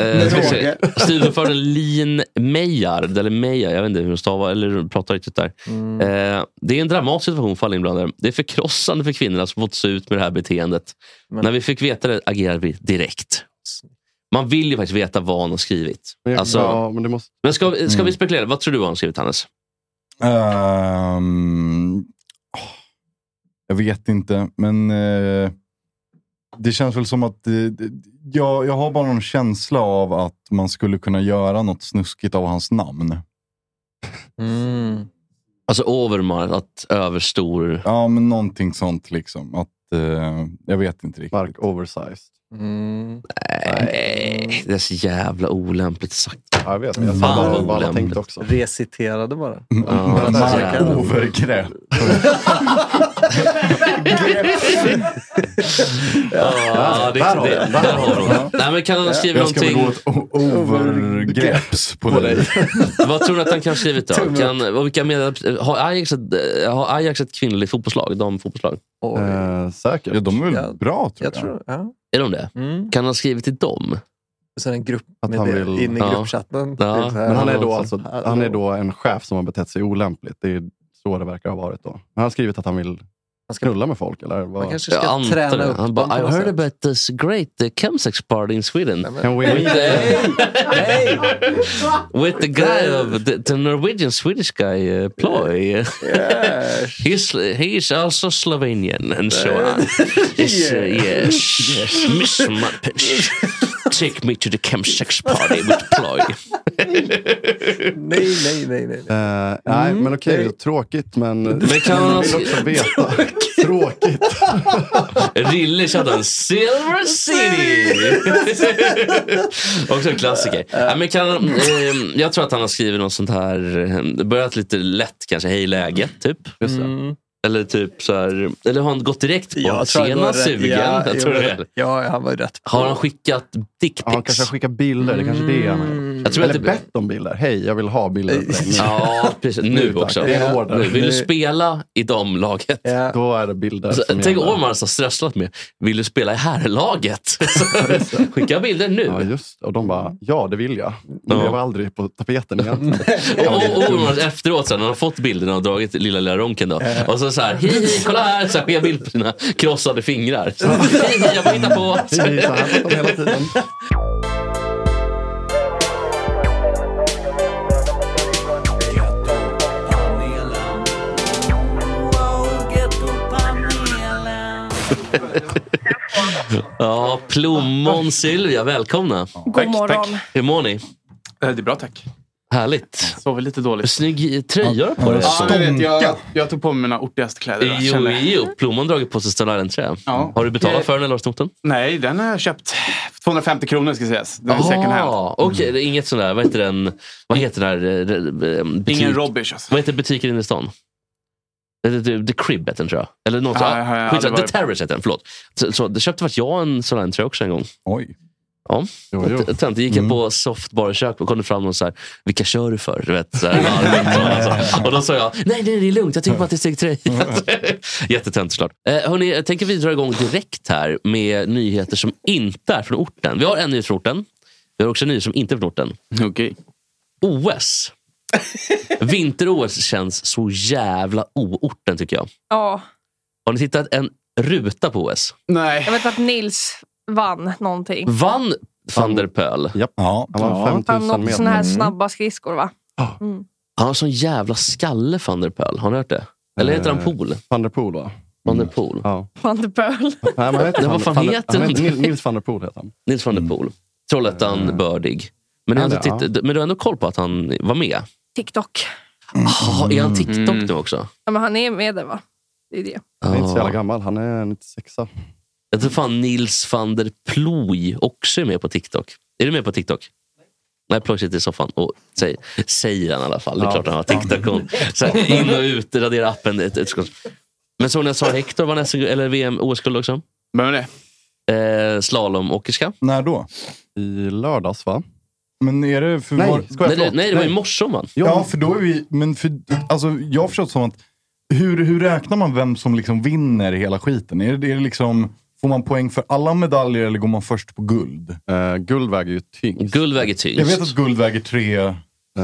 [SPEAKER 3] Eh, eh, ska vi se. Styrelseordföranden Lin Mejard, eller Meja, jag vet inte hur hon stavar eller pratar riktigt där.
[SPEAKER 6] Mm.
[SPEAKER 3] Eh, det är en dramatisk situation för alla inblandade. Det är förkrossande för kvinnorna som fått se ut med det här beteendet. När vi fick veta det agerade vi direkt. Man vill ju faktiskt veta vad han har skrivit.
[SPEAKER 7] Men,
[SPEAKER 3] Alltså,
[SPEAKER 7] ja, men, det måste...
[SPEAKER 3] men ska, vi- ska vi
[SPEAKER 6] Mm.
[SPEAKER 3] spekulera? Vad tror du han har skrivit, Hannes?
[SPEAKER 6] Ehm, åh, jag vet inte, men eh, det känns väl som att eh, det- jag, jag har bara någon känsla av att man skulle kunna göra något snuskigt av hans namn.
[SPEAKER 3] Alltså Overmars, att överstor...
[SPEAKER 6] Ja, men någonting sånt liksom. Att, eh, jag vet inte riktigt.
[SPEAKER 7] Mark oversized.
[SPEAKER 3] Nej, Eh, det är så jävla olämpligt sagt.
[SPEAKER 7] Ja, jag vet, men jag
[SPEAKER 3] Fan,
[SPEAKER 7] sa bara
[SPEAKER 3] vad
[SPEAKER 7] vad alla
[SPEAKER 3] olämpligt.
[SPEAKER 7] tänkte också.
[SPEAKER 8] Reciterade bara.
[SPEAKER 3] Ja,
[SPEAKER 8] Bara så
[SPEAKER 6] Mark
[SPEAKER 8] jävla-
[SPEAKER 6] Overgräp.
[SPEAKER 3] Ja, det,
[SPEAKER 6] Där har vi
[SPEAKER 3] det,
[SPEAKER 6] den,
[SPEAKER 3] där har vi den. Nej, men Kan han ha skrivit
[SPEAKER 6] Jag ska
[SPEAKER 3] någonting?
[SPEAKER 6] begå ett o- overgrepps på dig.
[SPEAKER 3] Vad tror du att han kan ha skrivit då?
[SPEAKER 6] Tumme upp.
[SPEAKER 3] Kan, och vilka med, har, Ajax ett, eh, har Ajax ett kvinnligt fotbollslag? Damfotbollslag?
[SPEAKER 7] Eh, säkert.
[SPEAKER 6] Ja, de är väl bra tror jag.
[SPEAKER 8] Ja.
[SPEAKER 3] Är de det?
[SPEAKER 8] Mm.
[SPEAKER 3] Kan han ha skrivit till dem?
[SPEAKER 8] Och sen en grupp
[SPEAKER 7] Att
[SPEAKER 8] med
[SPEAKER 7] han
[SPEAKER 8] det,
[SPEAKER 7] vill-
[SPEAKER 8] in i
[SPEAKER 7] Ja.
[SPEAKER 8] gruppchatten. Typ så här.
[SPEAKER 7] Men han är, då
[SPEAKER 8] Ja,
[SPEAKER 7] alltså,
[SPEAKER 8] så-
[SPEAKER 7] han är då en chef som har betett sig olämpligt. Det är så det verkar ha varit då. Han har skrivit att han vill knulla med folk eller? Vad?
[SPEAKER 8] Man kanske ska
[SPEAKER 3] Jag antar
[SPEAKER 8] träna
[SPEAKER 3] det.
[SPEAKER 8] upp
[SPEAKER 3] Han
[SPEAKER 8] dem
[SPEAKER 3] bara,
[SPEAKER 8] på
[SPEAKER 3] I
[SPEAKER 8] något
[SPEAKER 3] heard
[SPEAKER 8] sätt."
[SPEAKER 3] about this great uh, chemsex party in Sweden.
[SPEAKER 7] Can we-
[SPEAKER 3] with, the, with the guy of the, the Norwegian Swedish guy uh, Ploy. he's, he's also Slovenian and so on. It's, uh, yes. Miss my pitch. Take me to the chemsex party with Ploy.
[SPEAKER 8] Nej, nej, nej. nej.
[SPEAKER 7] Eh, nej,
[SPEAKER 8] Mm.
[SPEAKER 7] men okej.
[SPEAKER 8] Nej.
[SPEAKER 7] Tråkigt, men...
[SPEAKER 8] Men kan
[SPEAKER 7] man
[SPEAKER 8] man-
[SPEAKER 7] vill också veta. Tråkigt.
[SPEAKER 3] Rille tjattar Silver City! Också en klassiker. Ja, men kan, eh, jag tror att han har skrivit något sånt här, eh, börjat lite lätt kanske, hej läget typ. Eller typ så här, eller har han gått direkt på
[SPEAKER 8] Jag tror han
[SPEAKER 3] tjena
[SPEAKER 8] var rätt-
[SPEAKER 3] sugen?
[SPEAKER 8] ja,
[SPEAKER 3] jag tror
[SPEAKER 8] jo,
[SPEAKER 3] det.
[SPEAKER 8] Ja, han var ju rätt.
[SPEAKER 3] Har han skickat dickpics?
[SPEAKER 7] Han kanske har skickat bilder. Det är kanske det han har
[SPEAKER 8] Mm.
[SPEAKER 7] gjort.
[SPEAKER 3] Jag tror
[SPEAKER 7] Eller
[SPEAKER 3] att det-
[SPEAKER 7] bett om bilder. Hej, jag vill ha bilder. på dig.
[SPEAKER 3] Ja, precis. Nu
[SPEAKER 7] tack.
[SPEAKER 3] också.
[SPEAKER 7] Det är en order.
[SPEAKER 3] Nu, vill du spela i damlaget?
[SPEAKER 7] Då är det bilder.
[SPEAKER 3] Så,
[SPEAKER 7] som
[SPEAKER 3] tänk
[SPEAKER 7] gäller.
[SPEAKER 3] om man alltså har strösslat med, vill du spela i herrlaget? Skicka bilder nu.
[SPEAKER 9] Mm.
[SPEAKER 7] Ja, just det. Och de bara, ja det vill jag. Men
[SPEAKER 3] Ja.
[SPEAKER 7] jag var aldrig på tapeten egentligen.
[SPEAKER 3] Och, och, och Omar efteråt, sen, när han har fått bilderna och dragit lilla lilla ronken. Då. Och så så här, hej, hej, kolla här, så här, skickar bild på sina krossade fingrar. Så, hej, hej, jag får hitta på.
[SPEAKER 7] Det är så här på dem hela tiden.
[SPEAKER 3] Ja, Plommon Sylvia, välkomna.
[SPEAKER 9] God morgon.
[SPEAKER 3] Hur mår ni?
[SPEAKER 9] Eh, Det är bra tack.
[SPEAKER 3] Härligt.
[SPEAKER 9] Sover lite dåligt.
[SPEAKER 3] Snygg tröja på dig.
[SPEAKER 9] Ja, men vet, jag, jag tog på mig mina ortigaste kläder. va,
[SPEAKER 3] Jo,
[SPEAKER 9] känner jag.
[SPEAKER 3] jo, Plommon dragit på sig Stone Island-trä.
[SPEAKER 9] Ja.
[SPEAKER 3] Har du betalat
[SPEAKER 9] Okej.
[SPEAKER 3] för den eller har du snott den?
[SPEAKER 9] Nej, den har jag köpt. för 250 kronor ska sägas. Den är
[SPEAKER 3] Jaha,
[SPEAKER 9] second hand.
[SPEAKER 3] Ah, Okej, det är inget sån där, vad heter den? Vad heter den här? eh, eh, Butik,
[SPEAKER 9] Ingen rubbish alltså.
[SPEAKER 3] Vad heter butiken inne i stan? Eh, The, the, the Crib hette den tror jag. Eller något,
[SPEAKER 9] Ja, ja, ja, ja,
[SPEAKER 3] skitsamma,
[SPEAKER 9] det
[SPEAKER 3] The
[SPEAKER 9] var-
[SPEAKER 3] Terrace hette den, förlåt. Så, så, det köpte faktiskt jag en sån här tröja också en gång.
[SPEAKER 6] Oj.
[SPEAKER 3] Ja.
[SPEAKER 7] jo. Mm.
[SPEAKER 3] T- Tönt, det gick jag på softbar i kök och kom det fram någon så här, vilka kör du för? Du vet, så här, varmt och, alltså. och då sa jag, nej, nej, det är lugnt, jag tycker bara att det är steg tre.
[SPEAKER 7] Mm.
[SPEAKER 3] Jättetönt såklart. Eh, hörni, jag tänker vi drar igång direkt här med nyheter som inte är från orten. Vi har en nyhet från orten. Vi har också en nyhet som inte är från orten.
[SPEAKER 9] Okej.
[SPEAKER 3] OS. Vinter-OS känns så jävla oorten tycker jag.
[SPEAKER 9] Ja.
[SPEAKER 3] Har ni tittat en ruta på OS?
[SPEAKER 9] Nej.
[SPEAKER 10] Jag vet att Nils vann någonting.
[SPEAKER 3] Vann van der Pöl?
[SPEAKER 6] Ja,
[SPEAKER 7] han vann
[SPEAKER 10] Han
[SPEAKER 3] 5000
[SPEAKER 10] åkte
[SPEAKER 3] meter.
[SPEAKER 10] såna här snabba skridskor va?
[SPEAKER 3] Han har sån jävla skalle van der Pöl. Har ni hört det? Eller heter han
[SPEAKER 7] Eh, mm.
[SPEAKER 3] Pool?
[SPEAKER 7] Van der Poel va?
[SPEAKER 3] Van der Poel.
[SPEAKER 7] Ja.
[SPEAKER 10] Van de Pöl.
[SPEAKER 7] Nej, men han heter
[SPEAKER 3] Nej, vad
[SPEAKER 7] van-
[SPEAKER 3] fan
[SPEAKER 7] van der-
[SPEAKER 3] heter
[SPEAKER 7] han?
[SPEAKER 3] han?
[SPEAKER 7] heter Nil- Nils van der Poel heter han.
[SPEAKER 3] Nils van der Poel. Trollhättan, bördig. Men, ni har
[SPEAKER 7] Mm. Ja,
[SPEAKER 3] inte
[SPEAKER 7] det-
[SPEAKER 3] titt- men du har ändå koll på att han var med?
[SPEAKER 10] TikTok.
[SPEAKER 3] Oh,
[SPEAKER 7] Mm.
[SPEAKER 3] är han TikTok nu också?
[SPEAKER 10] Ja, men han är med där va? Det är det.
[SPEAKER 7] Han är inte så jävla
[SPEAKER 3] Ah.
[SPEAKER 7] gammal. Han är 96.
[SPEAKER 3] Jag tror fan Nils van der Ploy också är med på TikTok. Är du med på TikTok? Nej, Ploy sitter i soffan och säger, säger han i alla fall. Det är
[SPEAKER 7] Ja.
[SPEAKER 3] klart han har TikTok. Så här, in och ut, radera appen. Ett, ett, skott. men som när jag sa Hector vann SM eller VM OS-guld också.
[SPEAKER 9] Vem är
[SPEAKER 3] det? Eh, slalomåkerska.
[SPEAKER 6] När då?
[SPEAKER 7] I lördags va?
[SPEAKER 6] Men är det för...
[SPEAKER 3] Nej,
[SPEAKER 6] var-
[SPEAKER 3] nej, det-
[SPEAKER 6] förlåt.
[SPEAKER 3] nej, det var i morse om man.
[SPEAKER 6] Ja, för då är vi... Men för, alltså, jag har förstått som att... Hur, hur räknar man vem som liksom vinner hela skiten? Är det, är det liksom... Får man poäng för alla medaljer eller går man först på guld?
[SPEAKER 7] Eh, guld väger ju tyngst.
[SPEAKER 3] Guld väger tyngst.
[SPEAKER 6] Jag vet att guld väger tre,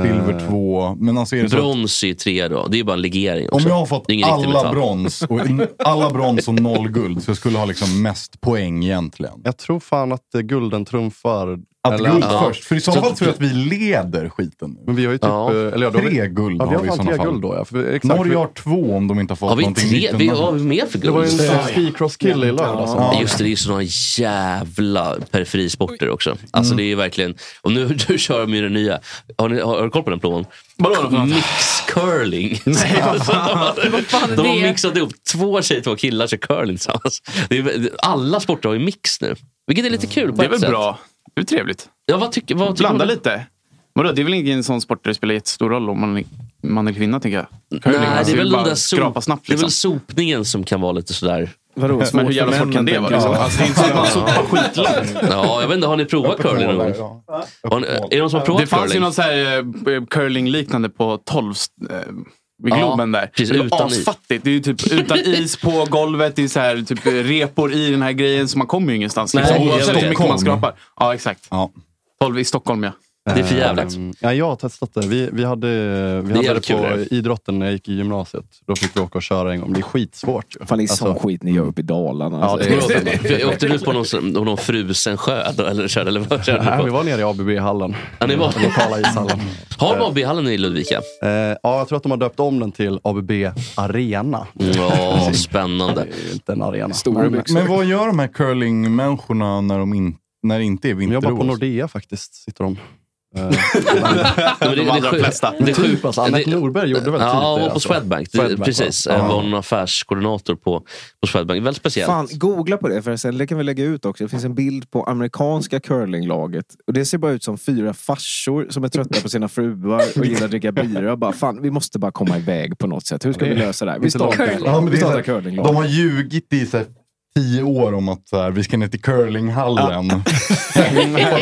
[SPEAKER 6] silver
[SPEAKER 3] Eh.
[SPEAKER 6] två. Men alltså är det så att-
[SPEAKER 3] Brons är ju tre då. Det är ju bara en legering
[SPEAKER 6] Om
[SPEAKER 3] också.
[SPEAKER 6] jag har fått
[SPEAKER 3] Det är ingen riktig
[SPEAKER 6] alla
[SPEAKER 3] metall.
[SPEAKER 6] brons, och, alla brons och noll guld så jag skulle ha liksom mest poäng egentligen.
[SPEAKER 7] Jag tror fan att eh, gulden trumfar...
[SPEAKER 6] Att
[SPEAKER 7] eller-
[SPEAKER 6] guld
[SPEAKER 7] Ja.
[SPEAKER 6] först. För i så, fall tror jag att vi leder skiten nu.
[SPEAKER 7] Men vi har ju typ...
[SPEAKER 6] Ja.
[SPEAKER 7] eh, Eller, ja, då har
[SPEAKER 6] Tre guld
[SPEAKER 7] ja, vi
[SPEAKER 6] har
[SPEAKER 7] har
[SPEAKER 6] vi i
[SPEAKER 7] fan
[SPEAKER 6] sådana
[SPEAKER 7] tre
[SPEAKER 6] fall.
[SPEAKER 7] guld då. Ja, för, exakt,
[SPEAKER 6] Norge
[SPEAKER 7] Vi-
[SPEAKER 6] har två om de inte har fått
[SPEAKER 3] Har vi
[SPEAKER 6] någonting
[SPEAKER 3] tre?
[SPEAKER 6] mittemellan.
[SPEAKER 3] Vi har mer för
[SPEAKER 7] Det
[SPEAKER 3] guld.
[SPEAKER 7] var ju en skicrosskille i lördags. som-
[SPEAKER 3] Ja, Just det, det är ju såna jävla periferisporter också.
[SPEAKER 6] Mm.
[SPEAKER 3] Alltså det är ju verkligen... Och nu, nu kör de ju den nya. Har, ni, har, har du koll på den plågan?
[SPEAKER 9] Vadå då för något?
[SPEAKER 3] Mix curling. Alltså, de
[SPEAKER 9] är
[SPEAKER 3] har
[SPEAKER 9] det?
[SPEAKER 3] mixat ihop två tjejer två killar kör curling tillsammans. Det är, alla sporter har ju mix nu. Vilket är lite kul på
[SPEAKER 9] Det är
[SPEAKER 3] ett
[SPEAKER 9] väl
[SPEAKER 3] sätt.
[SPEAKER 9] bra. Det är trevligt.
[SPEAKER 3] Ja, vad tycker, vad tycker
[SPEAKER 9] Blanda
[SPEAKER 3] du?
[SPEAKER 9] lite. Vadå, det är väl ingen sån sport där det spelar jättestor roll om man är man eller kvinna, tänker jag.
[SPEAKER 3] Nej,
[SPEAKER 9] Curling, alltså,
[SPEAKER 3] det är väl
[SPEAKER 9] bara
[SPEAKER 3] den där
[SPEAKER 9] skrapa
[SPEAKER 3] sop,
[SPEAKER 9] snabbt.
[SPEAKER 3] det är väl
[SPEAKER 9] Liksom.
[SPEAKER 3] sopningen som kan vara lite sådär...
[SPEAKER 9] Vadå, Men svårt hur jävla för svårt män, kan det vara, tänker jag. liksom? Alltså, det är inte så att man sopar skitlångt.
[SPEAKER 3] Ja, jag vet inte. Har ni provat curling någon gång? Har ni- Är det någon som har provat
[SPEAKER 9] Det fanns ju
[SPEAKER 3] curling?
[SPEAKER 9] något så här eh, curling-liknande på 12 eh, vid
[SPEAKER 3] Ja,
[SPEAKER 9] Globen där.
[SPEAKER 3] precis,
[SPEAKER 9] det var
[SPEAKER 3] utan is.
[SPEAKER 9] asfattigt. Det är ju typ utan is på golvet. Det är så här, typ repor i den här grejen. Så man kommer ju ingenstans.
[SPEAKER 3] Nej,
[SPEAKER 9] Liksom,
[SPEAKER 3] jag
[SPEAKER 9] oavsett
[SPEAKER 3] vet.
[SPEAKER 9] hur mycket man skrapar. Ja, exakt. 12 i Stockholm, ja.
[SPEAKER 7] Ehm, Ja, jag har testat det. Vi, vi hade, vi hade
[SPEAKER 9] jävligt
[SPEAKER 7] det
[SPEAKER 9] kul
[SPEAKER 7] på
[SPEAKER 9] det.
[SPEAKER 7] idrotten när jag gick i gymnasiet. Då fick vi åka och köra en gång. Det är skitsvårt. ju.
[SPEAKER 5] Fan, det är sån skit ni gör uppe i Dalarna. alltså.
[SPEAKER 3] Ja, det är- För jag åkte du på någon, sån- någon frusen sjö? Då, eller, körde, eller vad körde
[SPEAKER 7] Nej,
[SPEAKER 3] du
[SPEAKER 7] vi
[SPEAKER 3] på?
[SPEAKER 7] var nere i ABB-hallen.
[SPEAKER 3] Ja, ni var-
[SPEAKER 7] Den lokala ishallen.
[SPEAKER 3] Har de AB-hallen i Ludvika?
[SPEAKER 7] Eh, ja, jag tror att de har döpt om den till ABB Arena.
[SPEAKER 3] Ja, spännande.
[SPEAKER 7] Det är inte en arena.
[SPEAKER 6] Men, men vad gör de här curlingmänniskorna när, de in, när det inte är vinter
[SPEAKER 7] Jag jobbar på Nordea faktiskt. Sitter de.
[SPEAKER 3] Men det-
[SPEAKER 9] De
[SPEAKER 3] det
[SPEAKER 9] allra
[SPEAKER 3] sjuk-
[SPEAKER 9] flesta.
[SPEAKER 3] det sjuk-
[SPEAKER 7] Typ alltså, Anette
[SPEAKER 3] det-
[SPEAKER 7] Norberg gjorde väl typ det,
[SPEAKER 3] Ja, hon var på
[SPEAKER 7] alltså.
[SPEAKER 3] Swedbank. Det-
[SPEAKER 7] Swedbank,
[SPEAKER 3] Precis.
[SPEAKER 7] va?
[SPEAKER 3] Eh,
[SPEAKER 7] Ja.
[SPEAKER 3] Var hon affärskoordinator på, på Swedbank. Väldigt speciellt.
[SPEAKER 5] Fan, googla på det förresten. Det kan vi lägga ut också. Det finns en bild på amerikanska curlinglaget. Och det ser bara ut som fyra farsor som är trötta på sina fruar och gillar att dricka bira. Bara, fan, vi måste bara komma iväg på något sätt. Hur ska vi lösa det här? Vi
[SPEAKER 6] Inte långt.
[SPEAKER 5] startar,
[SPEAKER 6] Ja, men det
[SPEAKER 5] vi
[SPEAKER 6] är så
[SPEAKER 5] startar
[SPEAKER 6] här,
[SPEAKER 5] curlinglag.
[SPEAKER 6] De har ljugit i så här, tio år om att så här, vi ska ner till curlinghallen. och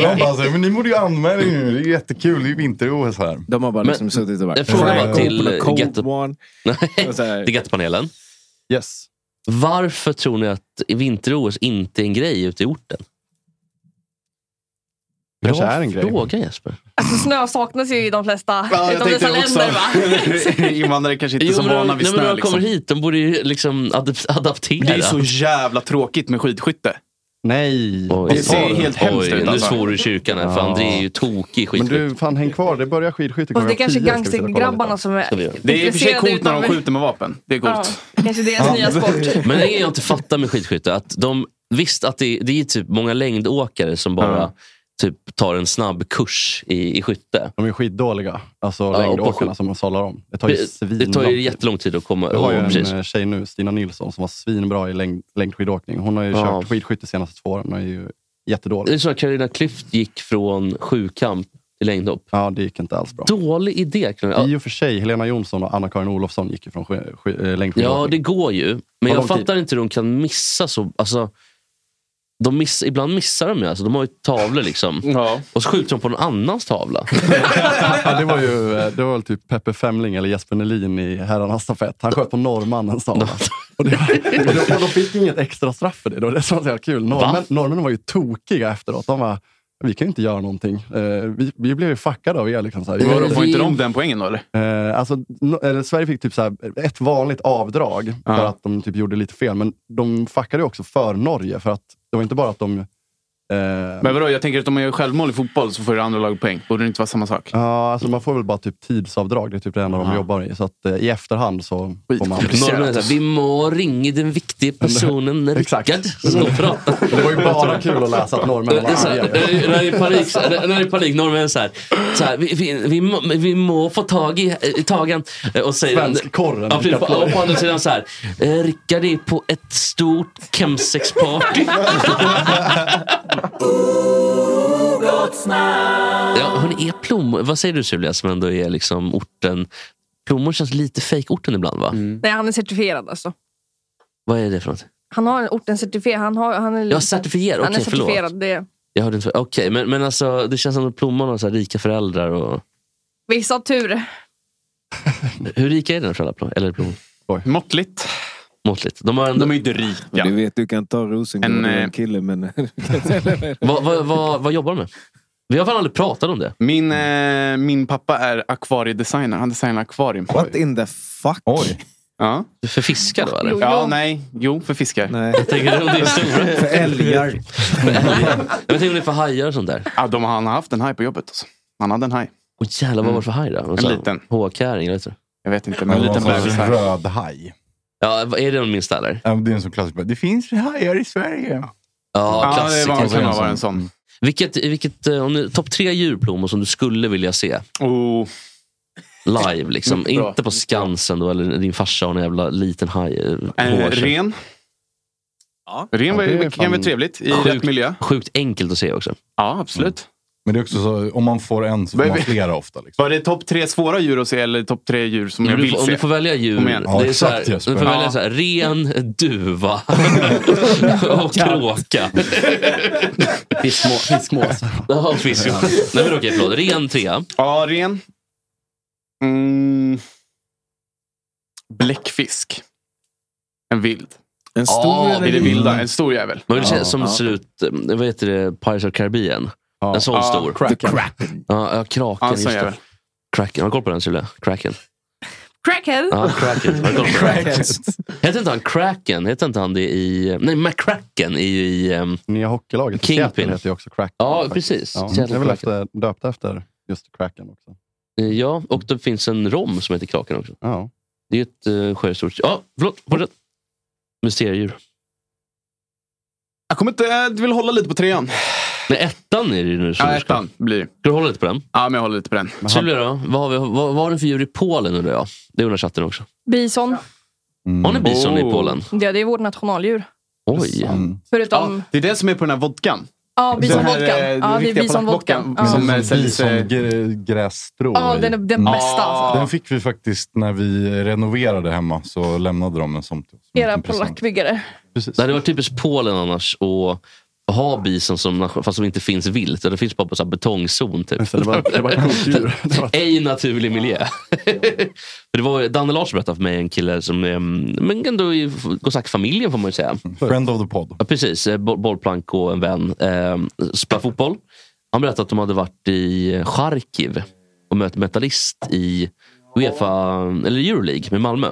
[SPEAKER 6] de bara så här, men ni borde ju anmäla er nu. Det är jättekul. Det är ju vinter-OS här.
[SPEAKER 5] De har bara liksom suttit och bara...
[SPEAKER 3] Jag frågar bara
[SPEAKER 5] Frank
[SPEAKER 3] till
[SPEAKER 5] Opel och Cold
[SPEAKER 3] Getto-
[SPEAKER 5] One.
[SPEAKER 3] Nej, till Gettopanelen.
[SPEAKER 7] Yes.
[SPEAKER 3] Varför tror ni att vinter-OS inte är en grej ute i orten?
[SPEAKER 7] Kanske
[SPEAKER 3] Bra
[SPEAKER 7] är en grej.
[SPEAKER 3] fråga Jesper.
[SPEAKER 10] Alltså snö saknas ju i de flesta
[SPEAKER 9] Ja, jag
[SPEAKER 10] utom dessa
[SPEAKER 9] tänkte
[SPEAKER 10] länder
[SPEAKER 9] också. Invandrare kanske inte är så
[SPEAKER 3] men de-
[SPEAKER 9] vana vid
[SPEAKER 3] nej, men
[SPEAKER 9] snö.
[SPEAKER 3] de kommer
[SPEAKER 9] Liksom.
[SPEAKER 3] hit, de borde ju liksom adap- adaptera.
[SPEAKER 9] Det är så jävla tråkigt med skidskytte.
[SPEAKER 7] Nej.
[SPEAKER 9] Det ser helt hemskt
[SPEAKER 3] Oj,
[SPEAKER 9] ut.
[SPEAKER 3] Nu
[SPEAKER 9] Alltså.
[SPEAKER 3] svor du i kyrkan här, för
[SPEAKER 7] Ja.
[SPEAKER 3] André är ju tokig i
[SPEAKER 7] Men
[SPEAKER 3] skidskytte.
[SPEAKER 7] du, fan häng kvar. Det börjar skidskytte
[SPEAKER 10] Fast det kanske är
[SPEAKER 7] klockan 10, ska vi sitta och kolla lite.
[SPEAKER 10] gangstergrabbarna som är
[SPEAKER 3] Ska vi göra.
[SPEAKER 9] Det är i och för sig
[SPEAKER 10] intresserade
[SPEAKER 9] coolt när de
[SPEAKER 10] utav-
[SPEAKER 9] skjuter med vapen. Det är
[SPEAKER 10] Ja,
[SPEAKER 9] coolt.
[SPEAKER 10] kanske deras nya sport.
[SPEAKER 3] Men det är jag inte fattar med skidskytte. Att de, visst att det, det är typ många längdåkare som bara typ tar en snabb kurs i, i skytte.
[SPEAKER 7] De är skitdåliga. Alltså
[SPEAKER 3] Ja, och
[SPEAKER 7] längdåkarna
[SPEAKER 3] på-
[SPEAKER 7] som man sållar om. Det tar ju
[SPEAKER 3] det,
[SPEAKER 7] svin
[SPEAKER 3] det tar ju jättelång tid att komma
[SPEAKER 7] Jag har ju
[SPEAKER 3] och-
[SPEAKER 7] en
[SPEAKER 3] precis.
[SPEAKER 7] eh, tjej nu, Stina Nilsson, som var svinbra i längd, längdskidåkning. Hon har ju
[SPEAKER 3] Ja. Eh,
[SPEAKER 7] kört skidskytte de senaste två åren. Hon är ju
[SPEAKER 3] Det är
[SPEAKER 7] jättedålig.
[SPEAKER 3] så att Carolina Klüft gick från sjukamp till längdhopp.
[SPEAKER 7] Ja, det gick inte alls bra.
[SPEAKER 3] Dålig idé. Carolina.
[SPEAKER 7] I och för sig, Helena Jonsson och Anna-Karin Olofsson gick ju från sk- sk- eh, längdskidåkning.
[SPEAKER 3] Ja, det går ju.
[SPEAKER 7] Vad
[SPEAKER 3] Men jag
[SPEAKER 7] lång tid.
[SPEAKER 3] fattar inte hur de kan missa så... Alltså, de miss, ibland missar de ju. Alltså, de har ju tavlor liksom. Och så skjuter de på någon annans tavla.
[SPEAKER 7] Ja, det var ju eh, det var väl typ Peppe Femling eller Jesper Nelin i herrarnas stafett. Han sköt på norrmannen sa han. Och, det, och, de, och de fick inget extra straff för det. Det var det som var så jävla kul. Norrmän, norrmännen var ju tokiga efteråt. De var vi kan ju inte göra någonting. Eh, vi, vi blev ju fuckade av er. Liksom, så här. Vi-
[SPEAKER 9] Vadå, Får inte
[SPEAKER 7] vi-
[SPEAKER 9] de den poängen då eller?
[SPEAKER 7] Eh, alltså, no, eller Sverige fick typ så här ett vanligt avdrag för att de typ gjorde lite fel. Men de fuckade ju också för Norge. För att det var inte bara att de... eh,
[SPEAKER 9] Men vadå, jag tänker att om man gör självmål i fotboll så får det andra laget poäng. Borde det inte vara samma sak?
[SPEAKER 7] Ja, alltså man får väl bara typ tidsavdrag. Det är typ det enda de jobbar i. Så att eh, i efterhand så får man...
[SPEAKER 3] Norrmännen är så här, vi må ringa den viktiga personen Rickard. Stå och prata.
[SPEAKER 7] Det var ju bara kul att läsa att norrmännen
[SPEAKER 3] Det är så här, när- När det är panik, så- när- när det är panik norrmännen så här, så här vi, vi, vi, må, vi må få tag i, i tagen. Eh, Och säger,
[SPEAKER 7] Svenskkorren.
[SPEAKER 3] Ja, precis, på, och på andra sidan så här, eh, Rickard är på ett stort chemsexparty. Ja, hörni, är plommor, vad säger du Julia som ändå är liksom orten? Plommor känns lite fake-orten ibland va?
[SPEAKER 11] Mm.
[SPEAKER 10] Nej, han är certifierad alltså.
[SPEAKER 3] Vad är det för något?
[SPEAKER 10] Han har en orten certifierad. Han, har, han är,
[SPEAKER 3] Ja, certifierad.
[SPEAKER 10] Han är
[SPEAKER 3] Okej, förlåt.
[SPEAKER 10] certifierad. Det,
[SPEAKER 3] Jag hörde inte. Okej, men, men alltså, det känns som att plommon har så här rika föräldrar. Och...
[SPEAKER 10] vissa har tur.
[SPEAKER 3] Hur rika är dina föräldrar? Plom- Eller plommon?
[SPEAKER 9] Måttligt.
[SPEAKER 3] Måttligt. De, har ändå...
[SPEAKER 9] är inte rika.
[SPEAKER 5] Du vet, du kan ta Rosengård
[SPEAKER 3] En,
[SPEAKER 5] och
[SPEAKER 3] eh,
[SPEAKER 5] en kille, men...
[SPEAKER 3] vad, vad, vad, vad jobbar de med? Vi har fan aldrig pratat om det.
[SPEAKER 9] Min, eh, min pappa är akvariedesigner. Han designar akvarium. What
[SPEAKER 5] in the fuck?
[SPEAKER 9] Oj. Ja.
[SPEAKER 3] För fiskar då eller?
[SPEAKER 9] Ja, nej. Jo, för fiskar.
[SPEAKER 5] Nej.
[SPEAKER 3] Jag tänker om det är stora.
[SPEAKER 9] För älgar.
[SPEAKER 3] För älgar. Jag tänker om det är för hajar och sånt där.
[SPEAKER 9] Ja, de, han har haft en haj på jobbet. Alltså. Han hade en haj.
[SPEAKER 3] Åh jävlar, vad var det för haj då?
[SPEAKER 9] Mm. En liten.
[SPEAKER 3] Håkäring eller så?
[SPEAKER 9] Jag vet inte,
[SPEAKER 6] Men en liten alltså röd haj.
[SPEAKER 3] Ja, vad- är det den minsta eller?
[SPEAKER 6] Ja, men Det är en sån klassisk. Det finns hajar i Sverige. Mm.
[SPEAKER 3] Ja,
[SPEAKER 9] Ja, det
[SPEAKER 3] klassiker.
[SPEAKER 9] var- kan ha varit en sån.
[SPEAKER 3] Vilket, vilket, eh, om du, topp tre djurplommor som du skulle vilja se?
[SPEAKER 9] Oh.
[SPEAKER 3] Live liksom.
[SPEAKER 9] Bra.
[SPEAKER 3] Inte på Skansen då, eller din farsa har en jävla liten haj. eh,
[SPEAKER 9] Eh,
[SPEAKER 3] hår.
[SPEAKER 9] ren. Ren var,
[SPEAKER 3] Ja, det är
[SPEAKER 9] ju- kan
[SPEAKER 3] fan-
[SPEAKER 9] vara trevligt i
[SPEAKER 3] Sjukt-
[SPEAKER 9] rätt miljö.
[SPEAKER 3] Sjukt enkelt att se också.
[SPEAKER 9] Ja, absolut.
[SPEAKER 6] Men det är också så, om man får
[SPEAKER 7] Mm,
[SPEAKER 6] en så får man flera ofta.
[SPEAKER 7] liksom.
[SPEAKER 9] Var det topp tre svåra djur att se eller topp tre djur som
[SPEAKER 3] Ja,
[SPEAKER 9] jag
[SPEAKER 3] du
[SPEAKER 9] vill
[SPEAKER 3] får, om
[SPEAKER 9] se?
[SPEAKER 3] du får välja djur.
[SPEAKER 9] Kom igen.
[SPEAKER 3] det är så här, du får välja så här, ren duva och kråka.
[SPEAKER 7] Fiskmås.
[SPEAKER 3] Jaha, fisk. Nej men okej, förlåt. Ren trea.
[SPEAKER 9] Ja, ren. Mm. Bläckfisk. En vild.
[SPEAKER 5] En
[SPEAKER 3] stor eller
[SPEAKER 9] i det
[SPEAKER 3] liten?
[SPEAKER 9] vilda.
[SPEAKER 7] Mm.
[SPEAKER 9] En stor jävel.
[SPEAKER 3] Men det känns som ser ut, eh, vad heter det, Pirates of Caribbean? En sån
[SPEAKER 9] Ja,
[SPEAKER 3] stor.
[SPEAKER 9] Kraken. The
[SPEAKER 3] Ja, ja, kraken.
[SPEAKER 9] Ja, en sån
[SPEAKER 3] just det.
[SPEAKER 9] jävel.
[SPEAKER 3] Kraken. Har du koll på den Sule? Kraken.
[SPEAKER 10] Crackhead!
[SPEAKER 3] Ja, Kraken. Har du koll på den?
[SPEAKER 10] Kraken.
[SPEAKER 3] Heter inte han Kraken? Heter inte han det i... eh, Nej, McCracken är ju i... Um,
[SPEAKER 7] Nya hockeylaget i Seattle
[SPEAKER 3] Kingpin.
[SPEAKER 7] heter ju också Kraken.
[SPEAKER 3] Ja,
[SPEAKER 7] faktiskt.
[SPEAKER 3] precis.
[SPEAKER 7] Ja, det
[SPEAKER 3] Seattle
[SPEAKER 7] är väl
[SPEAKER 3] Kraken.
[SPEAKER 7] efter, döpt eh, efter just Kraken också.
[SPEAKER 3] Ja, och det finns en rom som heter Kraken också.
[SPEAKER 7] Ja.
[SPEAKER 3] Det är ett uh, sjöstort... Ja, förlåt. Fortsätt. Mysteriedjur.
[SPEAKER 9] eh, Jag kommer inte... Du vill hålla lite på trean.
[SPEAKER 3] Nej, ettan är det ju nu.
[SPEAKER 9] Ja, ettan blir Ska
[SPEAKER 3] du hålla lite på den?
[SPEAKER 9] Ja, men jag håller lite på den.
[SPEAKER 3] Sylvia då? Vad har, vi, vad, vad har ni för djur i Polen undrar jag? Det undrar chatten också.
[SPEAKER 10] Bison.
[SPEAKER 3] Har ni bison i
[SPEAKER 9] Oh.
[SPEAKER 3] Polen?
[SPEAKER 10] Ja, det är vårt nationaldjur.
[SPEAKER 3] Oj.
[SPEAKER 10] Förutom...
[SPEAKER 9] Det är det som är på den här vodkan.
[SPEAKER 10] Ja, bisonvodkan.
[SPEAKER 9] Den här, eh,
[SPEAKER 10] Ja, det är
[SPEAKER 9] riktiga
[SPEAKER 10] bisonvodkan.
[SPEAKER 9] polackvodkan Som
[SPEAKER 10] Ja.
[SPEAKER 9] eh, säljs...
[SPEAKER 6] Som
[SPEAKER 9] eh,
[SPEAKER 6] gr- grässtrå.
[SPEAKER 10] Ja,
[SPEAKER 6] i.
[SPEAKER 10] den är den bästa, alltså.
[SPEAKER 6] Den fick vi faktiskt när vi renoverade hemma. Så lämnade de den som till oss.
[SPEAKER 10] Era polackbyggare.
[SPEAKER 3] Det hade varit typiskt Polen annars att ha bison som nation, fast som inte finns vilt. Det finns bara på så här betongzon. Typ.
[SPEAKER 7] det var- det var ett hotdjur.
[SPEAKER 3] Ej naturlig miljö. För det var, Danne Larsson berättade för mig en kille som är mm, men ändå i Gosak-familjen får man ju säga.
[SPEAKER 6] Friend of the pod.
[SPEAKER 3] Ja, precis, Eh, boll- bollplank och en vän. Eh, spelar fotboll. Han berättade att de hade varit i Charkiv och mött Metallist i Uefa, eller Euroleague med Malmö.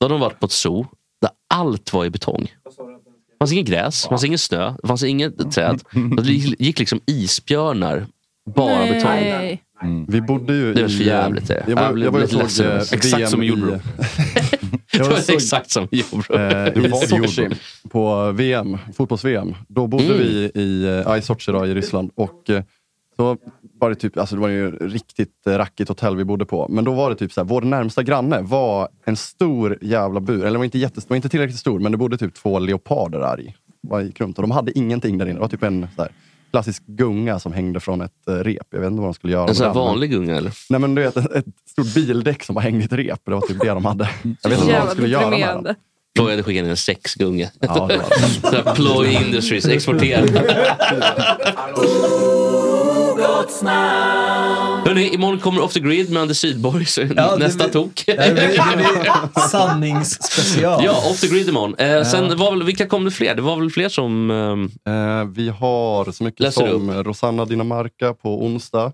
[SPEAKER 3] Då hade de varit på ett zoo där allt var i betong. Det fanns inget gräs, det fanns ingen snö, det fanns inget träd. Det gick- gick liksom isbjörnar, bara betong.
[SPEAKER 10] Nej.
[SPEAKER 7] Mm. Vi bodde ju
[SPEAKER 3] Det var för
[SPEAKER 7] i...
[SPEAKER 3] jävligt, det.
[SPEAKER 7] Jag var,
[SPEAKER 3] Jag blev
[SPEAKER 7] jag var
[SPEAKER 3] lite
[SPEAKER 7] och
[SPEAKER 3] ledsen.
[SPEAKER 7] såg, eh,
[SPEAKER 3] Exakt
[SPEAKER 7] VM
[SPEAKER 3] som
[SPEAKER 7] i-
[SPEAKER 3] jordbro. Det var exakt som jordbro.
[SPEAKER 7] Eh, I Sochi på VM, fotbolls-VM. Då bodde
[SPEAKER 3] Mm.
[SPEAKER 7] vi i, eh, ja, i Sochi då, i Ryssland. Och eh, så var det, typ, alltså det var ju riktigt eh, rackigt hotell vi bodde på. Men då var det typ så här, vår närmsta granne var en stor jävla bur. Eller den var inte, jättestor, var inte tillräckligt stor, men det bodde typ två leoparder där i. Bara gick runt. Och de hade ingenting där inne. Det var typ en så här, klassisk gunga som hängde från ett eh, rep. Jag vet inte vad de skulle göra
[SPEAKER 3] En sån här
[SPEAKER 7] med den, men-
[SPEAKER 3] vanlig gunga eller?
[SPEAKER 7] Nej men du vet, ett, ett stort bildäck som bara hängde i ett rep. Det var typ det de hade. Jag vet inte vad de skulle göra med den.
[SPEAKER 3] Ploy hade skickat in en sexgunga.
[SPEAKER 7] Ja, det
[SPEAKER 3] Så här, Ploy Industries, exportera. Hörrni, imorgon kommer Off the Grid med Anders Sydborg. Så nästa tok.
[SPEAKER 12] Sanningsspecial.
[SPEAKER 3] Ja, Off the Grid imorgon. Eh, Sen var väl, vilka kom det fler? Det var väl fler som... ehm,
[SPEAKER 7] Eh, vi har så mycket
[SPEAKER 3] Läser
[SPEAKER 7] som
[SPEAKER 3] upp.
[SPEAKER 7] Rosanna Dinamarca på onsdag.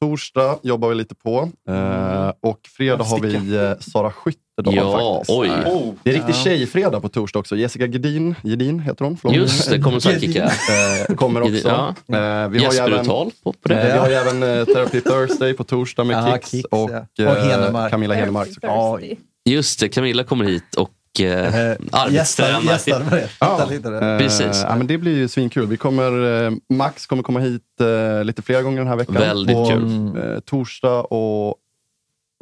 [SPEAKER 7] Torsdag jobbar vi lite på. Eh, och fredag har vi eh, Sara Skyttedal
[SPEAKER 3] Mm. Ja,
[SPEAKER 7] faktiskt.
[SPEAKER 3] oj.
[SPEAKER 7] Eh, Det är riktig
[SPEAKER 3] Ja.
[SPEAKER 7] tjejfredag på torsdag också. Jessica Gedin, Gedin heter hon. förlåt.
[SPEAKER 3] Just det, kommer en sidekick, ja.
[SPEAKER 7] Eh, kommer också.
[SPEAKER 3] Gedin, ja.
[SPEAKER 7] Eh, vi har ju
[SPEAKER 3] Jesper
[SPEAKER 7] även,
[SPEAKER 3] Uthal på- på det.
[SPEAKER 7] Eh, vi har ju även eh, Therapy Thursday på torsdag med
[SPEAKER 3] Ja,
[SPEAKER 7] Kicks,
[SPEAKER 3] Kicks, ja.
[SPEAKER 7] och,
[SPEAKER 3] Och
[SPEAKER 7] eh,
[SPEAKER 3] Henemark.
[SPEAKER 7] Camilla Henemark.
[SPEAKER 3] Just det, Camilla kommer hit och eh,
[SPEAKER 12] Gästar, gästar
[SPEAKER 3] arbetstränar.
[SPEAKER 12] med det. Titta lite där.
[SPEAKER 7] Eh,
[SPEAKER 3] Precis.
[SPEAKER 7] Ja, men det blir ju svinkul. Vi kommer, eh, Max kommer komma hit eh, lite flera gånger den här veckan.
[SPEAKER 3] Väldigt
[SPEAKER 7] på,
[SPEAKER 3] kul.
[SPEAKER 7] Eh, torsdag och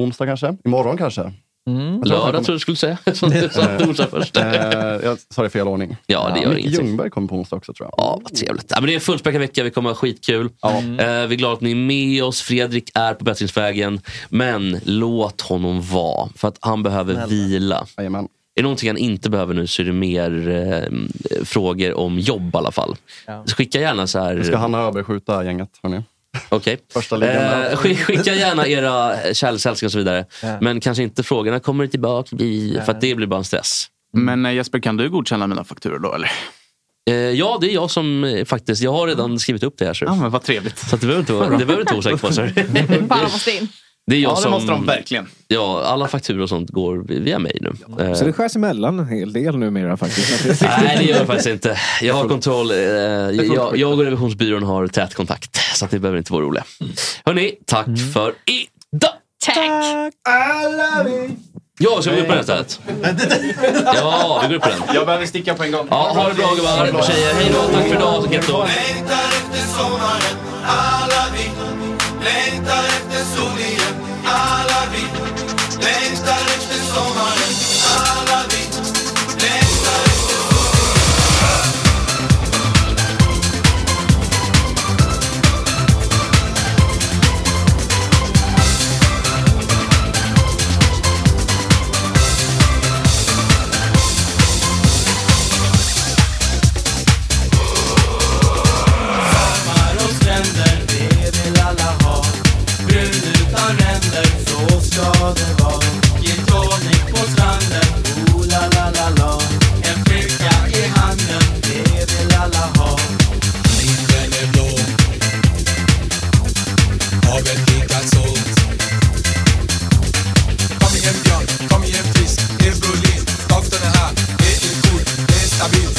[SPEAKER 7] onsdag kanske. Imorgon kanske. Jag tror att han
[SPEAKER 3] Mm. Lördag tror jag du skulle säga. Som du sa, torsdag först.
[SPEAKER 7] Eh, jag sa det i fel ordning.
[SPEAKER 3] Ja, det gör
[SPEAKER 7] Micke
[SPEAKER 3] ingenting.
[SPEAKER 7] Ljungberg kommer på onsdag också tror jag.
[SPEAKER 3] Ja, vad trevligt. Ja, men det är en fullspäckad vecka, vi kommer ha skitkul. Eh, vi är glada att ni är med oss. Fredrik är på bättringsvägen. Men låt honom vara, för att han behöver
[SPEAKER 7] Snälla.
[SPEAKER 3] vila.
[SPEAKER 7] Jajamän.
[SPEAKER 3] Är det någonting han inte behöver nu så är det mer eh, frågor om jobb i alla fall. Så Skicka gärna så här...
[SPEAKER 7] Nu ska Hanna överskjuta gänget.
[SPEAKER 9] Mm.
[SPEAKER 7] Hörni.
[SPEAKER 3] Okej.
[SPEAKER 7] Första ligan.
[SPEAKER 3] Eh, skick- skicka gärna era kärleksälskare och så vidare.
[SPEAKER 7] Ja.
[SPEAKER 3] Men kanske inte frågorna kommer tillbaka, i-
[SPEAKER 9] Ja.
[SPEAKER 3] för att det blir bara en stress.
[SPEAKER 9] Men eh, Jesper, kan du godkänna mina fakturor då eller?
[SPEAKER 3] Eh, ja, det är jag som eh, faktiskt... Jag har redan skrivit upp det här. Så.
[SPEAKER 9] Ja, men vad trevligt.
[SPEAKER 3] Så att det behöver inte vara, det behöver inte vara osäker på. sorry.
[SPEAKER 10] Fan, de måste in.
[SPEAKER 3] Det är jag
[SPEAKER 9] Ja, det
[SPEAKER 3] som,
[SPEAKER 9] måste de verkligen.
[SPEAKER 3] Ja, alla fakturor och sånt går via mig nu. Eh,
[SPEAKER 5] Så det skärs emellan en hel del numera faktiskt.
[SPEAKER 3] Nej, det gör jag faktiskt inte. Jag har kontroll. eh, Jag, jag och revisionsbyrån har tät kontakt, så att ni behöver inte vara oroliga.
[SPEAKER 5] Mm.
[SPEAKER 3] Hörni, tack för idag!
[SPEAKER 10] Tack!
[SPEAKER 12] I love it!
[SPEAKER 3] Ja, så vi går upp på den istället. Ja, vi går upp på den.
[SPEAKER 9] Jag behöver sticka på en gång.
[SPEAKER 3] Ja, ha det bra gubbar och tjejer. Hej då, tack för idag. Getto.
[SPEAKER 12] Längtar efter sommaren, alla vi. Längtar efter sol igen, alla vi. Längtar efter sommaren, alla vi. Längtar efter sommar och stränder, det vill alla ha. Brun utan ränder, så ska det vara. Gin tonic på stranden, oh la la la la. En flicka i handen, det vill alla ha. Himlen är blå, havet likaså. Kom igen björn, kom igen fisk, det är Brolin. Doften är här, det är cool, det är stabilt.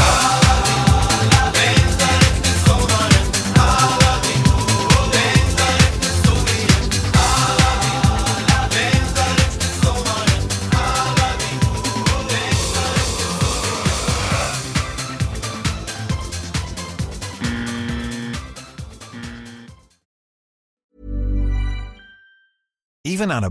[SPEAKER 12] Alla vi längtar efter sommaren, alla vi längtar efter sol igen, alla vi
[SPEAKER 13] Even on a